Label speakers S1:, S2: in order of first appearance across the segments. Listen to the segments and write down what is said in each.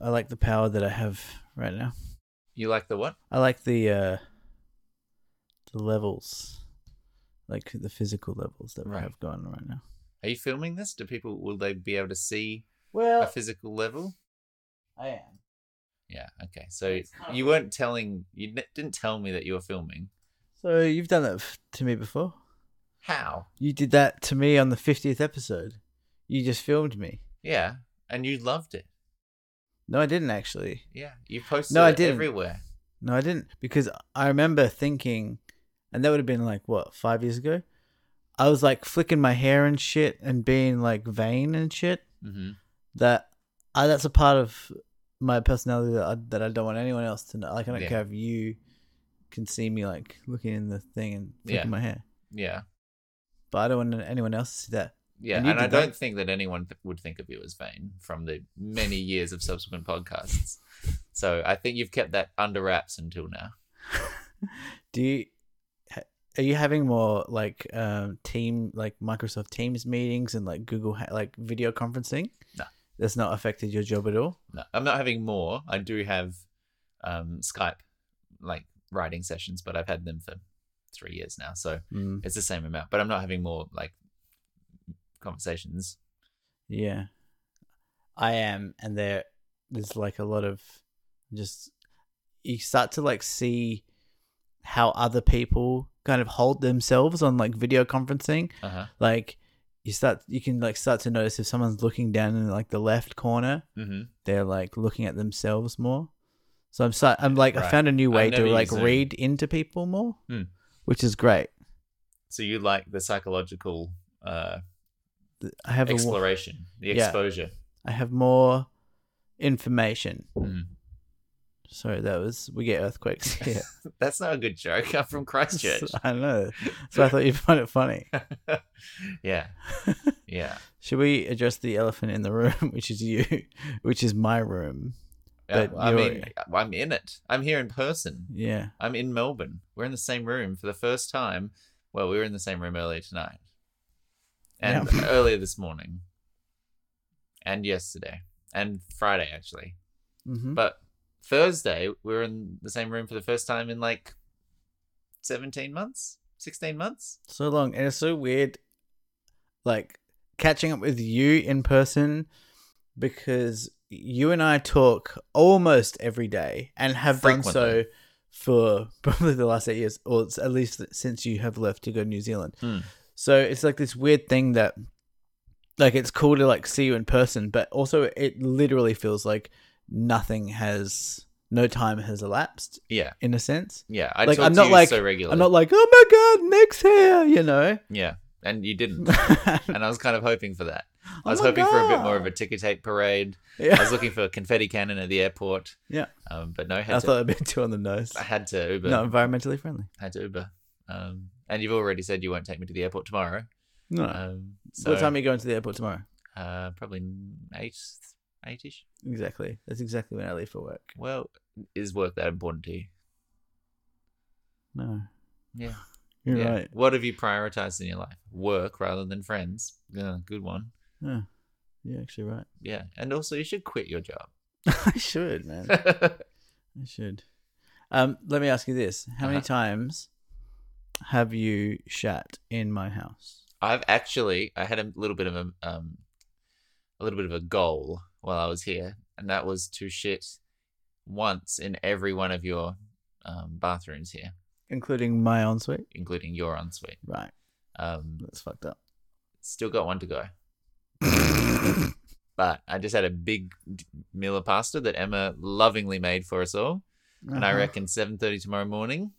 S1: I like the power that I have right now.
S2: You like the what?
S1: I like the uh the levels. Like the physical levels that we
S2: Right.
S1: have going right now.
S2: Are you filming this? Do people will they be able to see a
S1: Well,
S2: physical level?
S1: I am.
S2: Yeah. Okay. So you weren't telling you n- didn't tell me that you were filming.
S1: So you've done that f- to me before.
S2: How?
S1: You did that to me on the 50th episode. You just filmed me.
S2: Yeah. And you loved it.
S1: No, I didn't actually.
S2: Yeah. You posted
S1: No, I
S2: it
S1: didn't.
S2: everywhere.
S1: No, I didn't because I remember thinking, and that would have been like what five years ago. I was like flicking my hair and shit and being like vain and shit.
S2: Mm-hmm.
S1: That I, that's a part of my personality that I, that I don't want anyone else to know. Like I don't
S2: Yeah.
S1: care if you can see me like looking in the thing and flicking
S2: Yeah.
S1: my hair,
S2: Yeah.
S1: but I don't want anyone else to see that.
S2: Yeah,
S1: And
S2: and,
S1: you
S2: I
S1: did that.
S2: don't think that anyone th- would think of you as vain from the many years of subsequent podcasts. So I think you've kept that under wraps until now.
S1: Do you? ha- Are you having more like um team like Microsoft Teams meetings and like Google ha- like video conferencing?
S2: No.
S1: that's not affected your job at all.
S2: No, I'm not having more. I do have um, Skype like writing sessions, but I've had them for three years now, so
S1: Mm.
S2: it's the same amount. But I'm not having more like conversations.
S1: Yeah, I am, and there, there's like a lot of just you start to like see how other people kind of hold themselves on like video conferencing.
S2: Uh huh.
S1: Like you start, you can like start to notice if someone's looking down in like the left corner,
S2: Mm-hmm.
S1: they're like looking at themselves more. So I'm so, I'm like I
S2: Right.
S1: found a new
S2: I've
S1: way to
S2: never
S1: like
S2: used Zoom.
S1: read into people more,
S2: Hmm.
S1: which is great.
S2: So you like the psychological uh,
S1: I have a, wa-
S2: exploration, the
S1: Yeah.
S2: exposure.
S1: I have more information.
S2: Mhm.
S1: Sorry, that was we get earthquakes here.
S2: That's not a good joke. I'm from Christchurch.
S1: I know. So I thought you'd find it funny.
S2: yeah. Yeah.
S1: Should we address the elephant in the room, which is you, which is my room?
S2: Uh,
S1: But
S2: I
S1: you're-
S2: mean, I'm in it. I'm here in person.
S1: Yeah.
S2: I'm in Melbourne. We're in the same room for the first time. Well, we were in the same room earlier tonight and earlier this morning and yesterday and Friday, actually.
S1: hmm
S2: But Thursday, we were in the same room for the first time in like 17 months, 16 months.
S1: So long, and it's so weird, like catching up with you in person, because you and I talk almost every day and have done so
S2: Frequently.
S1: for probably the last eight years, or it's at least since you have left to go to New Zealand.
S2: Hmm.
S1: So it's like this weird thing that like it's cool to like see you in person, but also it literally feels like nothing has no time has elapsed
S2: Yeah.
S1: in a sense.
S2: Yeah. I
S1: Like,
S2: talk
S1: I'm
S2: to
S1: not
S2: you
S1: like-
S2: so regularly.
S1: I'm not like, oh my god, Nick's here, you know.
S2: yeah. And you didn't. and I was kind of hoping for that. I was
S1: Oh my
S2: hoping for a bit
S1: God.
S2: more of a ticker tape parade. I
S1: yeah.
S2: was looking for a confetti cannon at the airport.
S1: Yeah.
S2: Um, but no, I had,
S1: I
S2: to,
S1: thought a bit too on the nose.
S2: I had to Uber.
S1: Not environmentally friendly.
S2: I had to Uber. Um, and you've already said you won't take me to the airport tomorrow.
S1: No.
S2: Um, so
S1: what time are you going to the airport tomorrow?
S2: uh, probably eight, eight-ish.
S1: Exactly. That's exactly when I leave for work.
S2: Well, is work that important to you?
S1: No.
S2: Yeah.
S1: You're
S2: yeah.
S1: right.
S2: What have you prioritized in your life? Work rather than friends. Yeah, good one.
S1: Yeah. You're actually right.
S2: Yeah, and also you should quit your job.
S1: I should, man. I should. Um, let me ask you this: How many
S2: Uh-huh.
S1: times have you shat in my house?
S2: I've actually I had a little bit of a um a little bit of a goal while I was here, and that was to shit once in every one of your um, bathrooms here,
S1: Including my ensuite?
S2: including your ensuite.
S1: Right.
S2: Um,
S1: That's fucked up.
S2: still got one to go, but I just had a big d- meal of pasta that Emma lovingly made for us all, and I
S1: Uh-huh.
S2: reckon seven thirty tomorrow morning.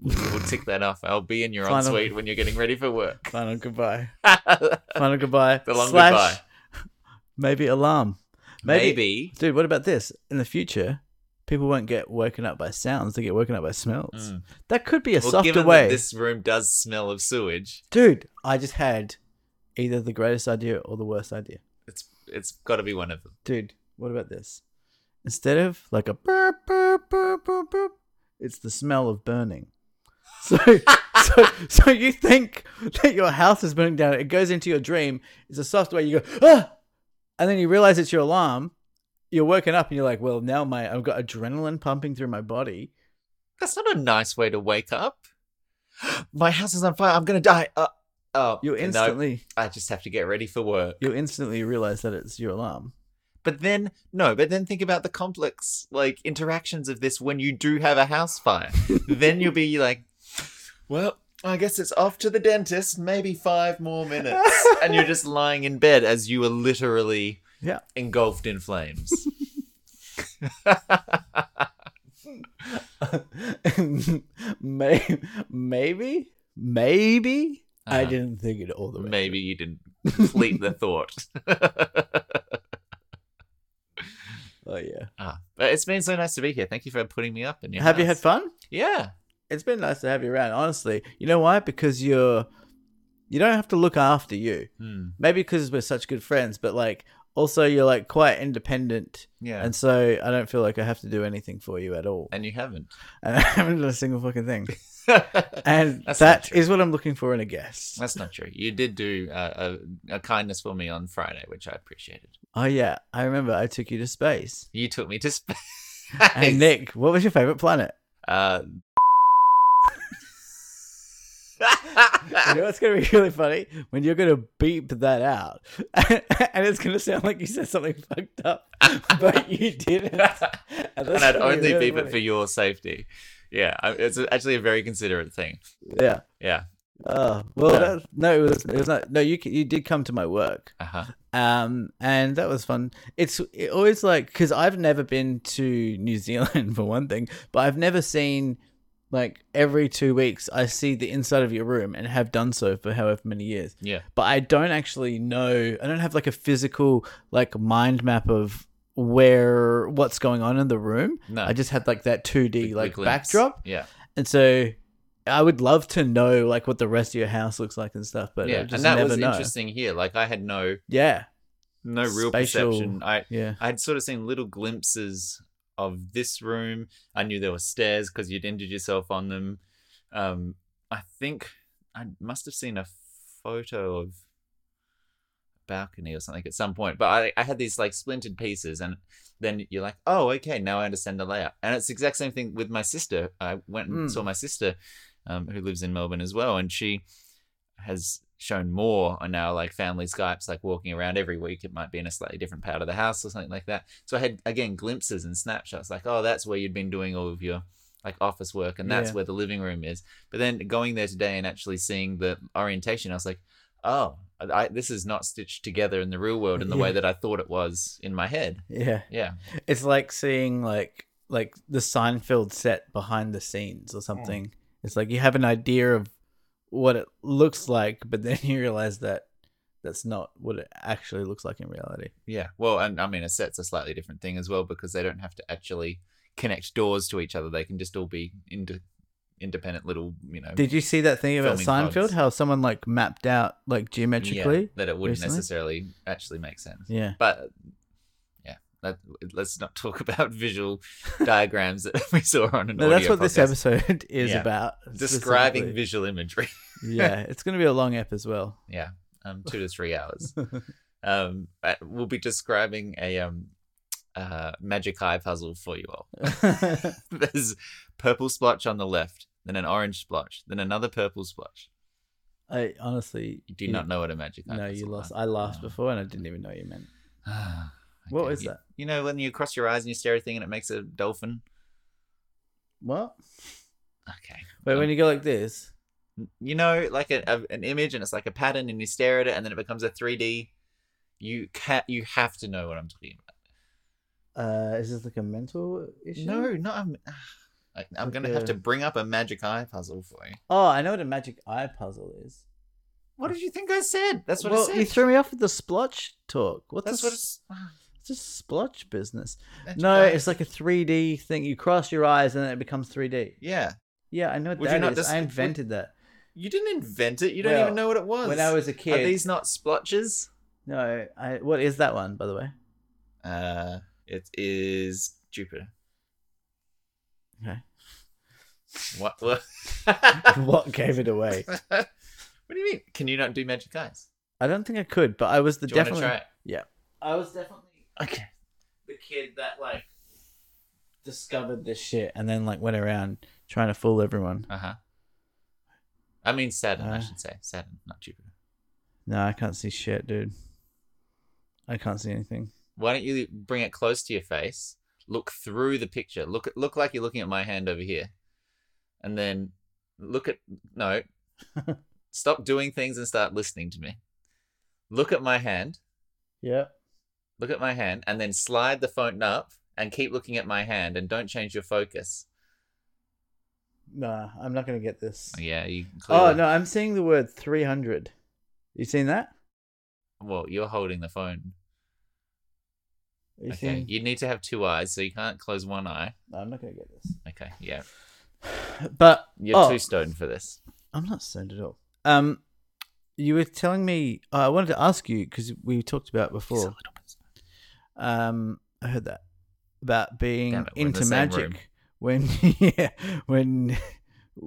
S2: We'll tick that off. I'll be in your
S1: Final-
S2: ensuite when you're getting ready for work.
S1: Final goodbye.
S2: the
S1: Final goodbye.
S2: long
S1: slash
S2: goodbye.
S1: Maybe alarm. Maybe,
S2: Maybe.
S1: Dude, what about this? In the future, people won't get woken up by sounds; they get woken up by smells.
S2: Mm.
S1: That could be a
S2: Well,
S1: softer
S2: given
S1: way.
S2: That this room does smell of sewage.
S1: Dude, I just had either the greatest idea or the worst idea.
S2: It's it's got to be one of them.
S1: dude, what about this? Instead of like a burp, burp, burp, burp, burp, it's the smell of burning. So, so, so you think that your house is burning down. It goes into your dream. It's a soft way. You go, ah, and then you realize it's your alarm, you're working up and you're like, well, now my I've got adrenaline pumping through my body.
S2: That's not a nice way to wake up. My house is on fire. I'm gonna die. Uh, oh,
S1: You
S2: no,
S1: instantly
S2: I just have to get ready for work.
S1: you instantly realize that it's your alarm.
S2: But then, no, but then think about the complex like interactions of this when you do have a house fire. then you'll be like, well, I guess it's off to the dentist, maybe five more minutes. and you're just lying in bed as you are literally
S1: Yeah.
S2: engulfed in flames.
S1: May- maybe, maybe I
S2: Uh,
S1: didn't think it all the way.
S2: Maybe you didn't complete the thought.
S1: Oh yeah.
S2: ah, but it's been so nice to be here. Thank you for putting me up. In your
S1: Have you had
S2: house.
S1: fun?
S2: Yeah.
S1: It's been nice to have you around. Honestly, you know why? Because you're you don't have to look after you.
S2: Hmm.
S1: Maybe because we're such good friends, but like also you're like quite independent,
S2: Yeah.
S1: and
S2: And,
S1: so I don't feel like I have to do anything for you at all.
S2: you haven't.
S1: And I haven't done a single fucking thing.
S2: That's
S1: And
S2: That's not
S1: that
S2: true.
S1: is what I'm looking for in a guest.
S2: not true. You did do uh, a, a kindness for me on Friday, which I appreciated.
S1: Oh yeah, I remember I took you to space.
S2: You took me to space.
S1: And Nick, what was your favorite planet?
S2: Uh,
S1: You know what's gonna be really funny when you're gonna beep that out, and it's gonna sound like you said something fucked up, but you didn't. And,
S2: and I'd only beep it for your safety. Yeah, I- it's actually a very considerate thing.
S1: Yeah.
S2: Yeah.
S1: Oh well,
S2: Yeah.
S1: That, no, it was, it was not. No, you c- you did come to my work,
S2: Uh-huh.
S1: um, and that was fun. It's it always like because I've never been to New Zealand for one thing, but I've never seen like every two weeks I see the inside of your room and have done so for however many years.
S2: Yeah.
S1: but I don't actually know. I don't have like a physical like mind map of where what's going on in the room.
S2: No.
S1: I just had like that 2D
S2: The
S1: like
S2: glimpse.
S1: backdrop,
S2: Yeah.
S1: and so I would love to know like what the rest of your house looks like and stuff. But
S2: yeah.
S1: I just
S2: And that
S1: never
S2: was
S1: know.
S2: interesting here. Like I had no
S1: Yeah,
S2: no real
S1: Spatial-
S2: perception. I
S1: yeah,
S2: I had sort of seen little glimpses of this room. I knew there were stairs because you'd injured yourself on them. Um, I think I must have seen a photo of balcony or something at some point. But I, I had these like splintered pieces, and then you're like, oh, okay, now I understand the layout. And it's the exact same thing with my sister. I went and
S1: Mm.
S2: saw my sister, um, who lives in Melbourne as well, and she has shown more on our like family Skypes, like walking around every week. It might be in a slightly different part of the house or something like that. So I had again glimpses and snapshots, like, oh, that's where you'd been doing all of your like office work, and that's
S1: Yeah.
S2: where the living room is. But then going there today and actually seeing the orientation, I was like, oh, I, this is not stitched together in the real world in the way
S1: Yeah.
S2: that I thought it was in my head.
S1: yeah.
S2: Yeah,
S1: It's like seeing like like the Seinfeld set behind the scenes or something.
S2: Mm.
S1: It's like you have an idea of what it looks like, but then you realize that that's not what it actually looks like in reality.
S2: yeah. Well, and I mean, a set's a slightly different thing as well because they don't have to actually connect doors to each other. They can just all be ind- independent little, you know.
S1: Did you see that thing about
S2: Filming
S1: Seinfeld?
S2: bugs.
S1: How someone like mapped out like
S2: yeah,
S1: geometrically?
S2: that it wouldn't
S1: recently?
S2: necessarily actually make sense.
S1: Yeah.
S2: But yeah, that, let's not talk about visual diagrams that we saw on an
S1: No,
S2: audio
S1: that's what this
S2: podcast.
S1: episode is
S2: Yeah.
S1: about.
S2: describing
S1: specifically.
S2: visual imagery.
S1: yeah, it's going to be a long ep as well.
S2: yeah um two to three hours um but we'll be describing a um uh magic eye puzzle for you all there's purple splotch on the left then an orange splotch then another purple splotch
S1: I honestly
S2: you do not know what a magic eye
S1: No,
S2: puzzle
S1: you lost.
S2: is.
S1: I laughed
S2: No.
S1: before, and I didn't even know what you meant.
S2: Okay,
S1: What is
S2: you-
S1: that?
S2: you know when you cross your eyes and you stare at a thing and it makes a dolphin
S1: What?
S2: okay
S1: But
S2: Um,
S1: when you go like this,
S2: you know, like a, a, an image and it's like a pattern and you stare at it and then it becomes a 3D. You can you have to know what I'm talking about.
S1: uh, is this like a mental issue?
S2: No, not I'm I, I'm
S1: Like
S2: gonna have
S1: a-
S2: to bring up a magic eye puzzle for you.
S1: Oh, I know what a magic eye puzzle is.
S2: What did you think I said? That's what
S1: well,
S2: I said.
S1: you threw me off with the splotch talk. What's
S2: That's
S1: this?
S2: what it's
S1: It's just splotch business.
S2: magic
S1: No,
S2: eye.
S1: it's like a 3D thing. You cross your eyes and then it becomes 3D.
S2: yeah.
S1: Yeah, I know what
S2: Would you
S1: that
S2: not
S1: is.
S2: just-
S1: I invented that
S2: You didn't invent it. You don't
S1: Well,
S2: even know what it was.
S1: when I was a kid.
S2: Are these not splotches?
S1: No, I, what is that one, by the way?
S2: Uh, it is Jupiter.
S1: Okay.
S2: What? What?
S1: what gave it away?
S2: what do you mean? Can you not do magic eyes?
S1: I don't think I could, but I was the
S2: Do you want to
S1: definitely.
S2: try it?
S1: I was definitely.
S2: Okay.
S1: the kid that like discovered this shit and then like went around trying to fool everyone.
S2: Uh huh. I mean Saturn, I
S1: Uh.
S2: should say Saturn, not Jupiter.
S1: No, I can't see shit, dude. I can't see anything.
S2: Why don't you bring it close to your face? Look through the picture. Look at look like you're looking at my hand over here, and then look at no. Stop doing things and start listening to me. Look at my hand.
S1: Yeah.
S2: Look at my hand, and then slide the phone up and keep looking at my hand, and don't change your focus.
S1: Nah, I'm not gonna get this.
S2: Yeah, you.
S1: Oh
S2: clearly-
S1: no, I'm seeing the word 300. You seen that?
S2: Well, you're holding the phone.
S1: You
S2: Okay,
S1: seen-
S2: you need to have two eyes, so you can't close one eye.
S1: No, I'm not gonna get this.
S2: Okay, yeah,
S1: But
S2: you're
S1: Oh.
S2: too stoned for this.
S1: I'm not stoned at all. Um, you were telling me oh, I wanted to ask you because we talked about it
S2: He's a
S1: before.
S2: little bit-
S1: Um, I heard that about being
S2: Damn it, we're in
S1: into
S2: the same room.
S1: magic when yeah when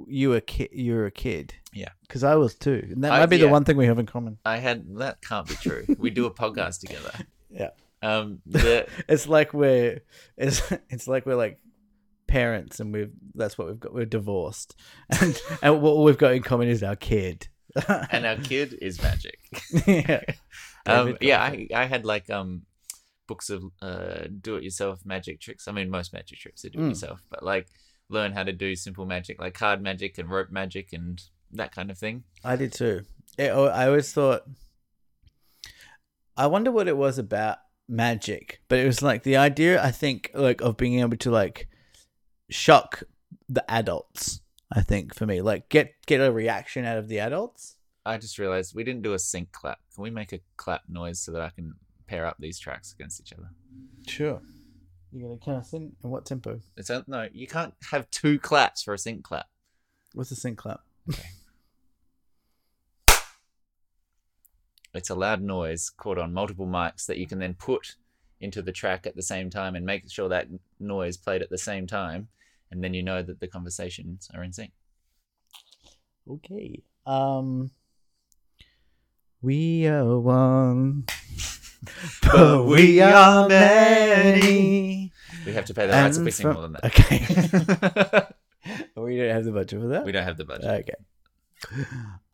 S1: you were ki- you were a kid.
S2: Yeah.
S1: because I was too, and that
S2: I-
S1: might be
S2: yeah.
S1: the one thing we have in common.
S2: I had that can't be true. we do a podcast together.
S1: Yeah.
S2: Um. The,
S1: It's like we're it's it's like we're like parents, and we've that's what we've got. We're divorced, and and what we've got in common is our kid.
S2: and our kid is magic.
S1: yeah.
S2: Um.
S1: David
S2: Yeah.
S1: got
S2: I I had like um books of uh do-it-yourself magic tricks. I mean, most magic tricks are
S1: Mm.
S2: do-it-yourself, but like learn how to do simple magic, like card magic and rope magic and that kind of thing.
S1: I did too. It, al- I always thought, I wonder what it was about magic, but it was like the idea. I think like of being able to like shock the adults. I think for me, like get get a reaction out of the adults.
S2: I just realized we didn't do a sync clap. Can we make a clap noise so that I can pair up these tracks against each other?
S1: Sure. You're gonna count us in. In what tempo?
S2: It's a, no, you can't have two claps for a sync clap.
S1: What's the sync clap?
S2: It's a loud noise caught on multiple mics that you can then put into the track at the same time and make sure that noise played at the same time, and then you know that the conversations are in sync.
S1: Okay. Um. We are one, but we are many.
S2: We have to pay the rights if
S1: And
S2: we sing
S1: from-
S2: more than that.
S1: Okay. Uh, we don't have the budget for that.
S2: we don't have the budget.
S1: Okay.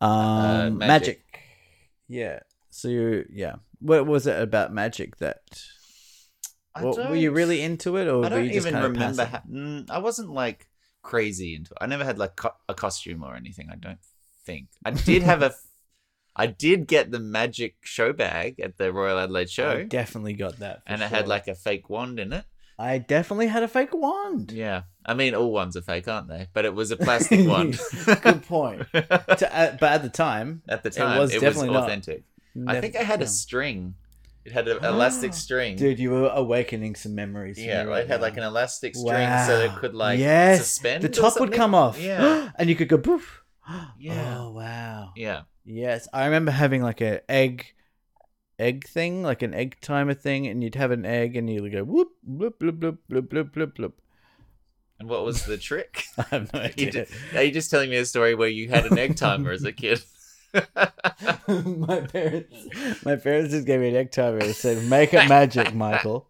S1: Um,
S2: Uh,
S1: magic.
S2: magic.
S1: Yeah. So you, yeah. What was it about magic that?
S2: I
S1: What, were you
S2: don't-
S1: really into it, or
S2: I
S1: were
S2: don't
S1: you just
S2: even
S1: kind of
S2: remember.
S1: passive?
S2: How, mm, I wasn't like crazy into. it. I never had like co- a costume or anything. I don't think I did have a. f- I did get the magic show bag at the Royal Adelaide
S1: I
S2: show,
S1: definitely got that, for
S2: and it had
S1: sure.
S2: like a fake wand in it.
S1: I definitely had a fake wand.
S2: Yeah, I mean all wands are fake, aren't they? But it was a plastic wand.
S1: Good point.
S2: at
S1: To- uh, but at the time,
S2: the time, it
S1: was
S2: was,
S1: definitely not-
S2: authentic. I
S1: never-
S2: think I had
S1: yeah. Ah.
S2: a string. It had an elastic string.
S1: dude. You were awakening some memories. for
S2: Yeah,
S1: me
S2: it had
S1: now.
S2: like an elastic string so it
S1: Wow.
S2: could like
S1: yes.
S2: suspend.
S1: The
S2: or
S1: top would
S2: something.
S1: come off.
S2: Yeah.
S1: and you could go poof.
S2: Yeah.
S1: Oh wow.
S2: Yeah.
S1: Yes, I remember having like a egg, egg thing, like an egg timer thing, and you'd have an egg, and you'd go whoop, bloop, bloop, bloop, bloop, bloop, bloop, bloop.
S2: And what was the trick?
S1: I have no
S2: You
S1: idea.
S2: ju- are you just telling me a story where you had an egg timer as a kid?
S1: my parents, my parents just gave me an egg timer and said, "Make it magic, Michael."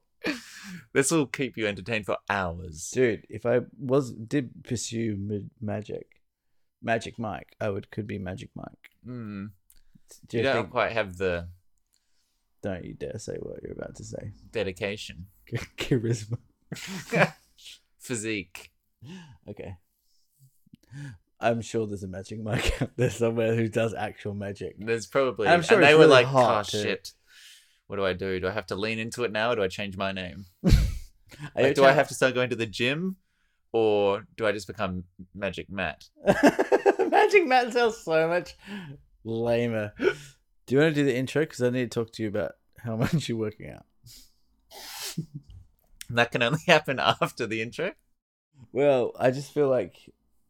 S2: this will keep you entertained for hours.
S1: Dude, if I was did pursue ma- magic, Magic Mike, I would could be Magic Mike.
S2: Mm.
S1: Do
S2: You
S1: you
S2: don't
S1: think?
S2: quite have the
S1: Don't you dare say what you're about to say.
S2: dedication,
S1: Charisma.
S2: physique.
S1: Okay. I'm sure there's a magic mic out there somewhere who does actual magic.
S2: There's probably.
S1: I'm sure
S2: and they
S1: it's
S2: were
S1: really
S2: like,
S1: hard
S2: "Oh
S1: to-
S2: shit, what do I do? Do I have to lean into it now, or do I change my name?
S1: Are you
S2: Like, do I
S1: trying-
S2: have to start going to the gym, or do I just become Magic Matt?
S1: magic Matt sounds so much lamer. Do you want to do the intro? Because I need to talk to you about how much you're working out.
S2: And that can only happen after the intro.
S1: Well, I just feel like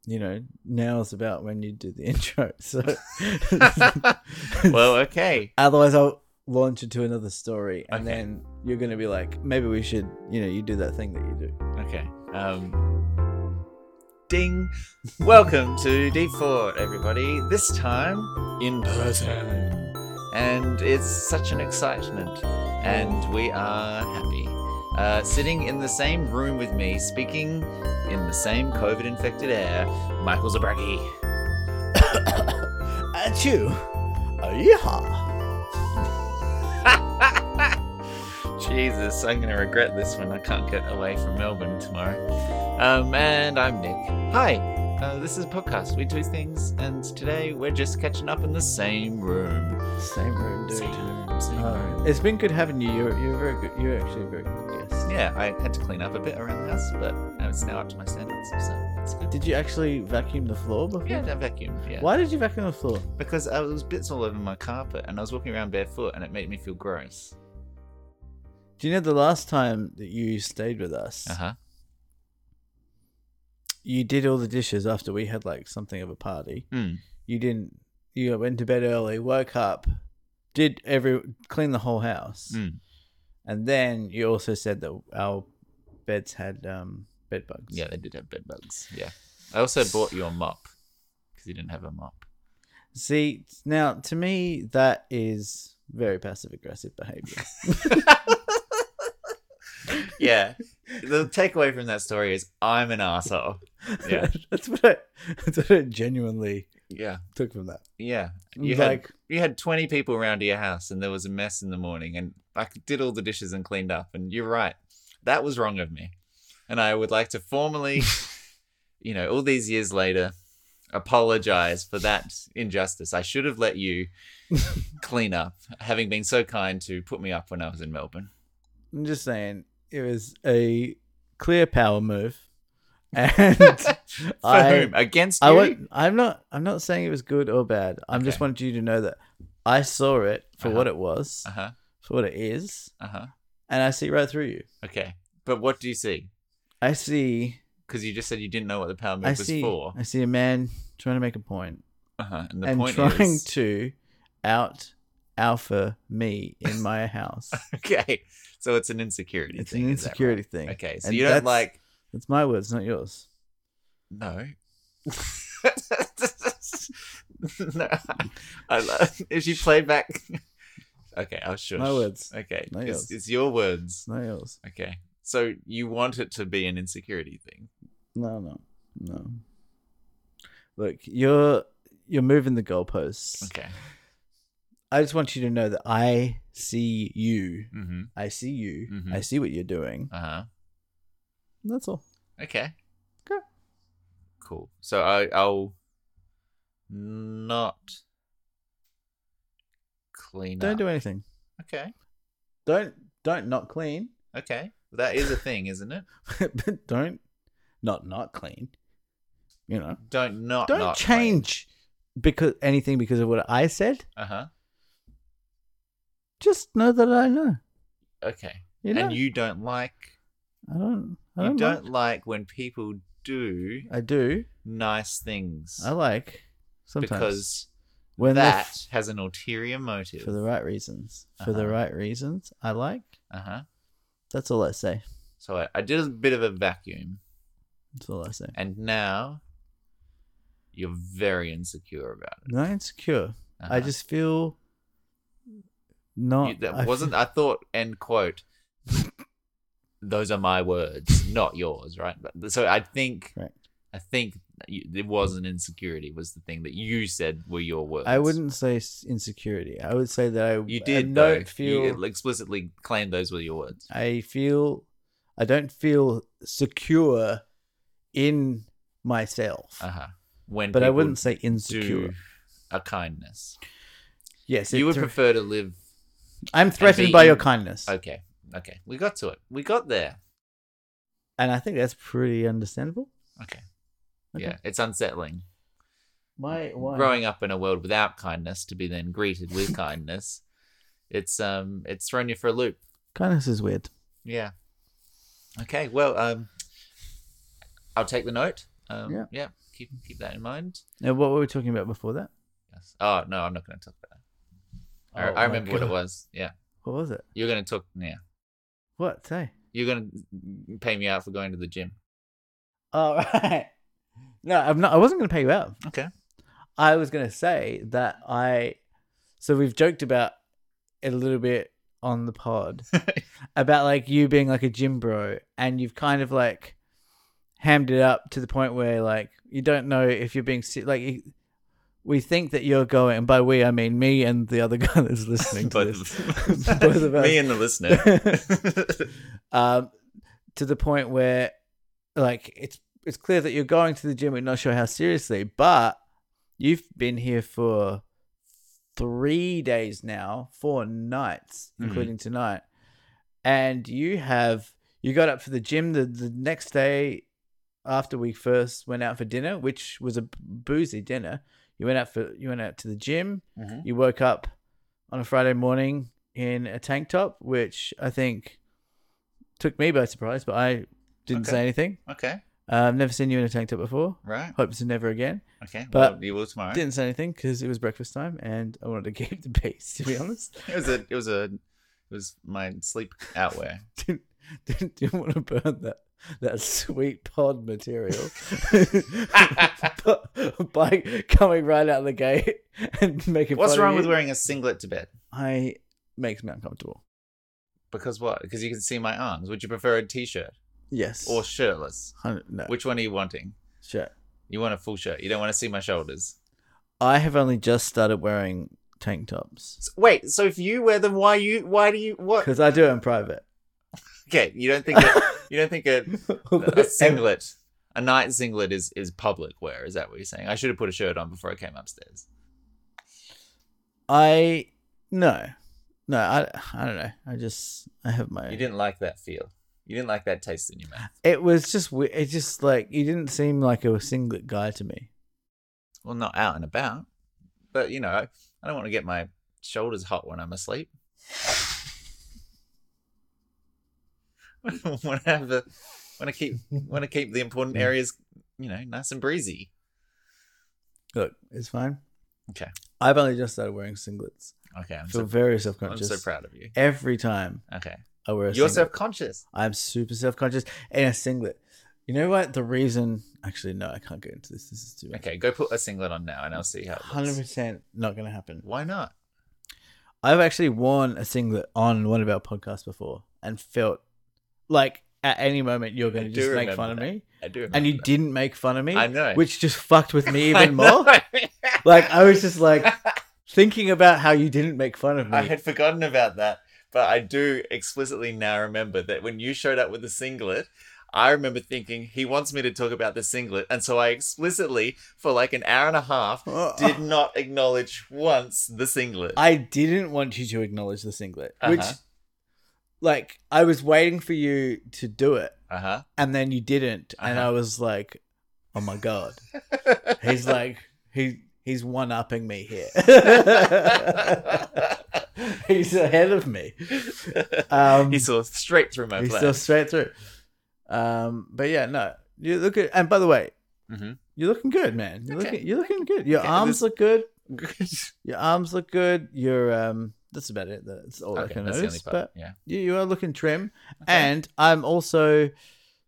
S1: you know now's about when you do the intro. So,
S2: well, okay.
S1: otherwise I'll launch into another story, and
S2: Okay.
S1: then you're gonna be like, maybe we should, you know, you do that thing that you do.
S2: Okay. Um, ding. Welcome to Deep Fort, everybody. This time in person. And it's such an excitement. And we are happy. uh, sitting in the same room with me, speaking in the same COVID infected air, Michael Zabracki.
S1: At you. Yeehaw.
S2: Jesus, I'm going to regret this when I can't get away from Melbourne tomorrow. Um, and I'm Nick. Hi, uh, this is a podcast. We do things, and today we're just catching up in the same room.
S1: Same room, dude.
S2: Same Oh. room, same
S1: Uh,
S2: room.
S1: it's been good having you. You're you're very good. You're actually a very good guest.
S2: Yeah, I had to clean up a bit around the house, but uh, it's now up to my standards, so it's good.
S1: Did you actually vacuum the floor before?
S2: Yeah, that vacuum. Yeah.
S1: Why did you vacuum the floor?
S2: Because I was bits all over my carpet, and I was walking around barefoot, and it made me feel gross.
S1: Do you know the last time that you stayed with us,
S2: Uh huh.
S1: you did all the dishes after we had like something of a party.
S2: Mm.
S1: You didn't. You went to bed early, woke up, did every clean the whole house,
S2: Mm.
S1: and then you also said that our beds had um, bed bugs.
S2: Yeah, they did have bed bugs. Yeah. I also bought you a mop because you didn't have a mop.
S1: See, now to me that is very passive aggressive behavior.
S2: yeah. The takeaway from that story is I'm an asshole. Yeah.
S1: that's what I, that's what I genuinely
S2: Yeah.
S1: took from that.
S2: Yeah. You
S1: You
S2: had
S1: like,
S2: you had 20 people around to your house and there was a mess in the morning and I did all the dishes and cleaned up and you're right. That was wrong of me. And I would like to formally, you know, all these years later apologize for that injustice. I should have let you clean up having been so kind to put me up when I was in Melbourne.
S1: I'm just saying, it was a clear power move, and
S2: For
S1: I-
S2: whom? Against you?
S1: I won't, I'm not. I'm not saying it was good or bad. I am just
S2: Okay.
S1: wanted you to know that I saw it for
S2: Uh-huh.
S1: what it was,
S2: Uh-huh.
S1: for what it is,
S2: Uh-huh.
S1: and I see right through you.
S2: Okay. But what do you see?
S1: I see.
S2: Because you just said you didn't know what the power move
S1: I
S2: was
S1: see.
S2: for.
S1: I see a man trying to make a point
S2: Uh-huh. And the
S1: and
S2: point
S1: trying
S2: is
S1: to out alpha me in my house.
S2: Okay. So it's an insecurity
S1: it's
S2: thing.
S1: an
S2: is that
S1: insecurity
S2: right?
S1: thing.
S2: Okay. So
S1: And
S2: you don't
S1: that's-
S2: like
S1: It's my words, not yours.
S2: no. no. I love, if you play back Okay, I'll shush.
S1: My words.
S2: Okay.
S1: No
S2: it's,
S1: yours.
S2: it's your
S1: It's
S2: words.
S1: not yours.
S2: Okay. So you want it to be an insecurity thing.
S1: No, no, no. Look, you're you're moving the goalposts.
S2: Okay.
S1: I just want you to know that I see you.
S2: Mm-hmm.
S1: I see you.
S2: Mhm.
S1: I see what you're doing.
S2: Uh-huh.
S1: That's all.
S2: Okay.
S1: Okay.
S2: Cool. So I, I'll not clean
S1: Don't
S2: up.
S1: do anything.
S2: Okay.
S1: Don't don't not clean,
S2: Okay. That is a thing, isn't it?
S1: but don't not not clean. You know.
S2: Don't not
S1: Don't
S2: not
S1: change because anything because of what I said.
S2: Uh huh.
S1: Just know that I know.
S2: Okay.
S1: You know.
S2: And you don't like
S1: I don't. I
S2: you
S1: don't.
S2: don't,
S1: mind.
S2: like when people do
S1: I do.
S2: nice things
S1: I like sometimes
S2: because
S1: when they're
S2: that
S1: f-
S2: has an ulterior motive.
S1: for the right reasons. For the
S2: Uh-huh.
S1: right reasons, I like.
S2: Uh huh.
S1: That's all I say.
S2: So I, I did a bit of a vacuum,
S1: That's all I say.
S2: and now you're very insecure about it.
S1: Not insecure. I
S2: Uh-huh.
S1: just feel
S2: You-
S1: not. I
S2: that
S1: feel-
S2: wasn't. I thought. End quote. Those are my words, not yours, right? But, so I think.
S1: Right.
S2: I think that you, it was an insecurity. Was the thing that you said were your words.
S1: I wouldn't say s- insecurity. I would say that I.
S2: You
S1: I
S2: did though.
S1: don't feel.
S2: You explicitly claimed those were your words.
S1: I feel. I don't feel secure in myself.
S2: Uh huh. When,
S1: but I
S2: people
S1: wouldn't say
S2: do
S1: insecure.
S2: a kindness.
S1: Yes,
S2: you
S1: it
S2: would
S1: thr-
S2: prefer to live.
S1: I'm threatened
S2: be
S1: by your
S2: in-
S1: kindness,
S2: Okay. Okay. We got to it. We got there.
S1: and I think that's pretty understandable.
S2: Okay.
S1: Okay.
S2: Yeah. It's unsettling.
S1: My why?
S2: growing up in a world without kindness to be then greeted with kindness it's um it's thrown you for a loop
S1: kindness is weird.
S2: yeah okay well um i'll take the note um yeah,
S1: Yeah.
S2: keep keep that in mind
S1: Now, what were we talking about before that?
S2: yes oh no i'm not going to talk about that
S1: Oh
S2: I, I
S1: my
S2: remember what it
S1: God.
S2: was yeah
S1: What was it?
S2: you're going to talk yeah
S1: What say?
S2: you're going to pay me out for going to the gym
S1: All right. No, I'm not. I wasn't going to pay you out.
S2: okay
S1: I was going to say that I. So we've joked about it a little bit on the pod, about like you being like a gym bro and you've kind of like hammed it up to the point where like you don't know if you're being se- like you- we think that you're going and by we I mean me and the other guy that's listening to
S2: Both
S1: this
S2: of,
S1: Both of us.
S2: me and the listener.
S1: um to the point where like it's it's clear that you're going to the gym but not sure how seriously but you've been here for three days now four nights
S2: Mhm.
S1: including tonight and you have you got up for the gym the, the next day after we first went out for dinner which was a boozy dinner you went out for you went out to the gym
S2: Mhm.
S1: you woke up on a Friday morning in a tank top, which I think took me by surprise, but I didn't
S2: Okay.
S1: say anything.
S2: Okay,
S1: Uh, I've never seen you in a tank top before.
S2: right.
S1: Hope to never again.
S2: Okay,
S1: But-
S2: well, you will tomorrow.
S1: Didn't say anything because it was breakfast time and I wanted to keep the peace, to be honest.
S2: It was a. It was a. It was my sleep outwear.
S1: didn't, didn't, didn't want to burn that, that sweet pod material But by coming right out the gate and making
S2: What's
S1: fun
S2: wrong
S1: of
S2: with
S1: you,
S2: wearing a singlet to bed?
S1: I makes me uncomfortable.
S2: Because what? Because you can see my arms. Would you prefer a t-shirt
S1: Yes.
S2: or shirtless?
S1: Hun- no.
S2: Which one are you wanting?
S1: Sure.
S2: You want a full shirt. You don't want to see my shoulders.
S1: I have only just started wearing tank tops
S2: So- wait. So if you wear them, why you? Why do you? What?
S1: because I do it in private.
S2: Okay. You don't think. A, you don't think a, a singlet, a night singlet is is public wear. Is that what you're saying? I should have put a shirt on before I came upstairs.
S1: I no, no. I I don't know. I just I have my.
S2: You didn't like that feel. You didn't like that taste in your mouth.
S1: It was just we- it just like you didn't seem like a singlet guy to me.
S2: Well, not out and about, but you know, I, I don't want to get my shoulders hot when I'm asleep. want to have the, want to keep, want to keep the important areas, you know, nice and breezy.
S1: Look, it's fine.
S2: Okay.
S1: I've only just started wearing singlets.
S2: Okay,
S1: I
S2: I'm
S1: feel
S2: so,
S1: very
S2: I'm
S1: self-conscious.
S2: so proud of you.
S1: Every time
S2: Okay,
S1: I wear a
S2: you're
S1: singlet,
S2: self conscious.
S1: I'm super self-conscious in a singlet. You know what? The reason, actually, no, I can't get into this. This is too much.
S2: Okay, go put a singlet on now, and I'll see how. It
S1: Hundred
S2: looks.
S1: percent not going to happen.
S2: Why not?
S1: I've actually worn a singlet on one of our podcasts before and felt like at any moment you're going
S2: I
S1: to
S2: do
S1: just make
S2: remember
S1: fun
S2: that.
S1: of me.
S2: I do.
S1: And you
S2: remember
S1: didn't make fun of me.
S2: I know.
S1: Which just fucked with me
S2: that. I
S1: even more.
S2: know.
S1: Like, I was just like thinking about how you didn't make fun of me.
S2: I had forgotten about that, but I do explicitly now remember that when you showed up with the singlet, I remember thinking he wants me to talk about the singlet, and so I explicitly, for like an hour and a half,
S1: Oh,
S2: did not acknowledge once the singlet.
S1: I didn't want you to acknowledge the singlet, which,
S2: Uh-huh.
S1: like, I was waiting for you to do it
S2: Uh huh.
S1: and then you didn't. And
S2: Uh-huh.
S1: I was like, oh my God. He's like, he. He's one upping me here. He's ahead of me. Um,
S2: he saw straight through my
S1: he's
S2: plan.
S1: still straight through. Um, but yeah, no, you look at. And by the way,
S2: Mhm.
S1: you're looking good, man. You're
S2: Okay.
S1: looking, you're looking good. Your
S2: Okay,
S1: arms
S2: this-
S1: look good. Your arms look good. Your um, that's about it. That's all I
S2: okay,
S1: can
S2: that's the only
S1: notice.
S2: part.
S1: But
S2: Yeah.
S1: you, you are looking trim,
S2: Okay.
S1: and I'm also,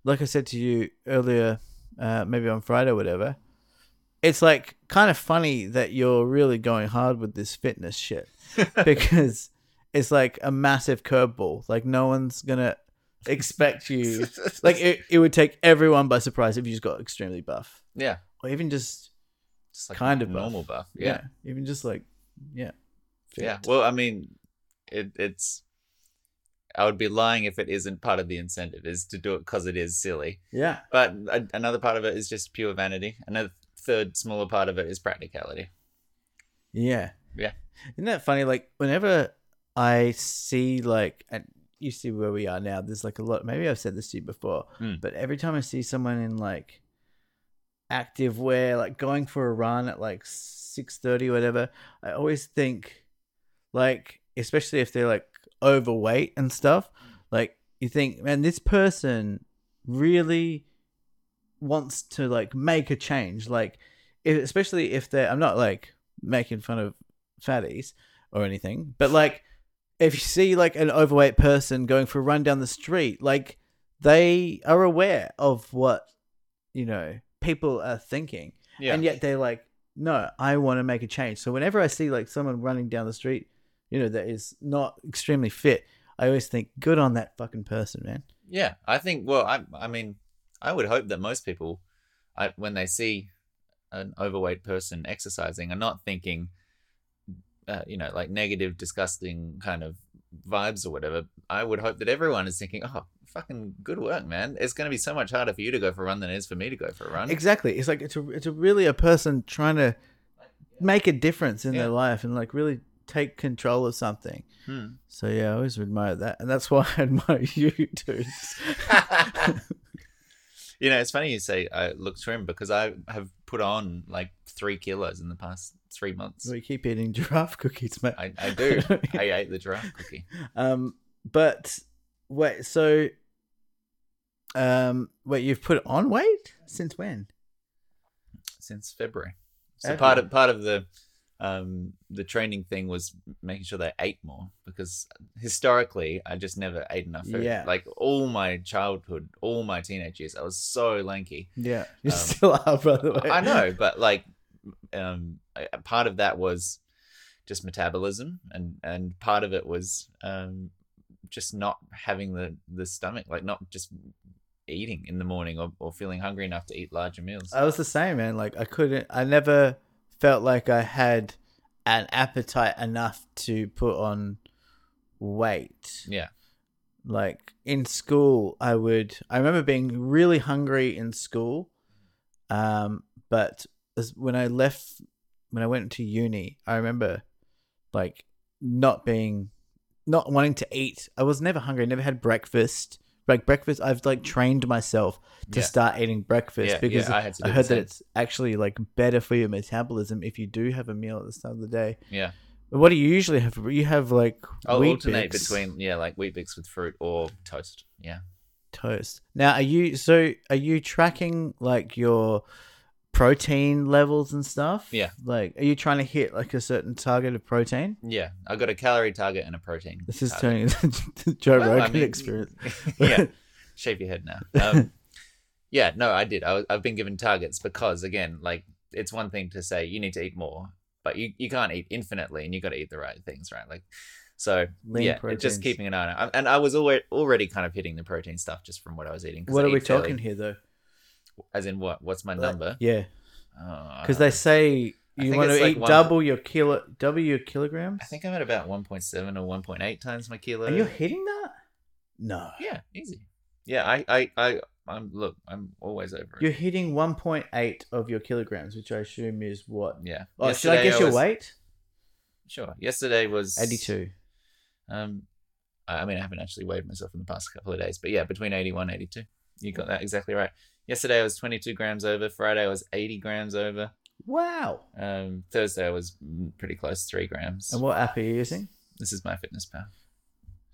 S1: like I said to you earlier, uh, maybe on Friday, or whatever. It's like kind of funny that you're really going hard with this fitness shit because it's like a massive curveball. Like no one's gonna expect you. Like it, it would take everyone by surprise if you just got extremely buff,
S2: yeah,
S1: or even just
S2: just like
S1: kind of buff.
S2: normal buff.
S1: yeah,
S2: yeah.
S1: even just like yeah, fit.
S2: Yeah. Well, I mean, it, it's. I would be lying if it isn't part of the incentive is to do it because it is silly.
S1: yeah.
S2: But a, another part of it is just pure vanity. Another third smaller part of it is practicality.
S1: Yeah.
S2: Yeah.
S1: Isn't that funny? Like whenever I see like and you see where we are now, there's like a lot maybe I've said this to you before,
S2: Mm.
S1: but every time I see someone in like active wear, like going for a run at like six thirty, whatever, I always think like especially if they're like overweight and stuff, like you think, man, this person really wants to like make a change. Like if, especially if they're I'm not like making fun of fatties or anything, but like if you see like an overweight person going for a run down the street, like they are aware of what you know people are thinking,
S2: Yeah.
S1: and yet they're like, no, I want to make a change. So whenever I see like someone running down the street, you know that is not extremely fit, I I always think, good on that fucking person, man.
S2: Yeah, I think. Well, I I mean, I would hope that most people, I, when they see an overweight person exercising, are not thinking, uh, you know, like negative, disgusting kind of vibes or whatever. I would hope that everyone is thinking, oh, fucking good work, man. It's going to be so much harder for you to go for a run than it is for me to go for a run.
S1: Exactly. It's like it's a, it's a really a person trying to make a difference in
S2: Yeah.
S1: their life and like really take control of something.
S2: Hmm.
S1: So yeah, I always admire that, and that's why I admire you, dude.
S2: you know, it's funny you say I look trim because I have put on like three kilos in the past three months.
S1: we keep eating giraffe cookies, mate.
S2: I, I do. I ate the giraffe cookie.
S1: um, but wait, so um, wait, you've put on weight since when?
S2: since February. So
S1: Okay.
S2: part of part of the um, the training thing was making sure they ate more because historically I just never ate enough food.
S1: Yeah.
S2: Like all my childhood, all my teenage years, I was so lanky.
S1: Yeah, you
S2: Um,
S1: still are, by the way.
S2: I know, but like um, I- part of that was just metabolism, and and part of it was um, just not having the the stomach, like not just eating in the morning or, or feeling hungry enough to eat larger meals.
S1: I was the same, man. Like I couldn't. I never felt like I had an appetite enough to put on weight.
S2: yeah.
S1: Like in school, I would. I remember being really hungry in school, um, but as, when I left, when I went to uni, I remember like not being, not wanting to eat. I was never hungry. I never had breakfast. Like breakfast, I've like trained myself to
S2: Yeah.
S1: start eating breakfast
S2: Yeah,
S1: because
S2: yeah, I had to
S1: I
S2: do the
S1: heard that
S2: same.
S1: it's actually like better for your metabolism if you do have a meal at the start of the day.
S2: Yeah.
S1: What do you usually have? You have like
S2: I'll
S1: Weet
S2: alternate
S1: Bix
S2: between yeah, like wheat bix with fruit or toast. Yeah.
S1: toast. Now, are you so are you tracking like your protein levels and stuff?
S2: Yeah.
S1: Like, are you trying to hit like a certain target of protein?
S2: Yeah. I got a calorie target and a protein.
S1: This is
S2: target.
S1: turning into Joe
S2: Uh, Well, I
S1: Rogan
S2: mean-
S1: experience.
S2: yeah. Shave your head now. Um, yeah, no, I did. I was, I've been given targets because again, like it's one thing to say you need to eat more, but you, you can't eat infinitely and you got to eat the right things, right? Like so
S1: Lean
S2: yeah,
S1: proteins.
S2: just keeping an eye on it. I- And I was already already kind of hitting the protein stuff just from what I was eating. 'cause
S1: What
S2: I
S1: are we
S2: eat fairly-
S1: talking here though?
S2: As in what? What's my
S1: Like,
S2: number?
S1: Yeah,
S2: Oh,
S1: because they say
S2: I
S1: you
S2: think
S1: want
S2: it's,
S1: to
S2: like,
S1: eat
S2: one-
S1: double your kilo, double your kilograms.
S2: I think I'm at about 1.7 or 1.8 times my kilo.
S1: Are you hitting that? No,
S2: Yeah, easy. Yeah, I, I, I, I'm look, I'm always over
S1: you're
S2: it.
S1: hitting 1.8 of your kilograms, which I assume is what.
S2: Yeah.
S1: Oh, should I
S2: Yesterday
S1: guess your
S2: was-
S1: weight?
S2: Sure. Yesterday was
S1: 82.
S2: Um, I I mean, I haven't actually weighed myself in the past couple of days, but yeah, between 81, 82. You got that exactly right. Yesterday I was 22 grams over. Friday I was 80 grams over.
S1: Wow.
S2: Um, Thursday I was mm, pretty close, three grams.
S1: And what Uh, app are you using?
S2: This is my fitness pal.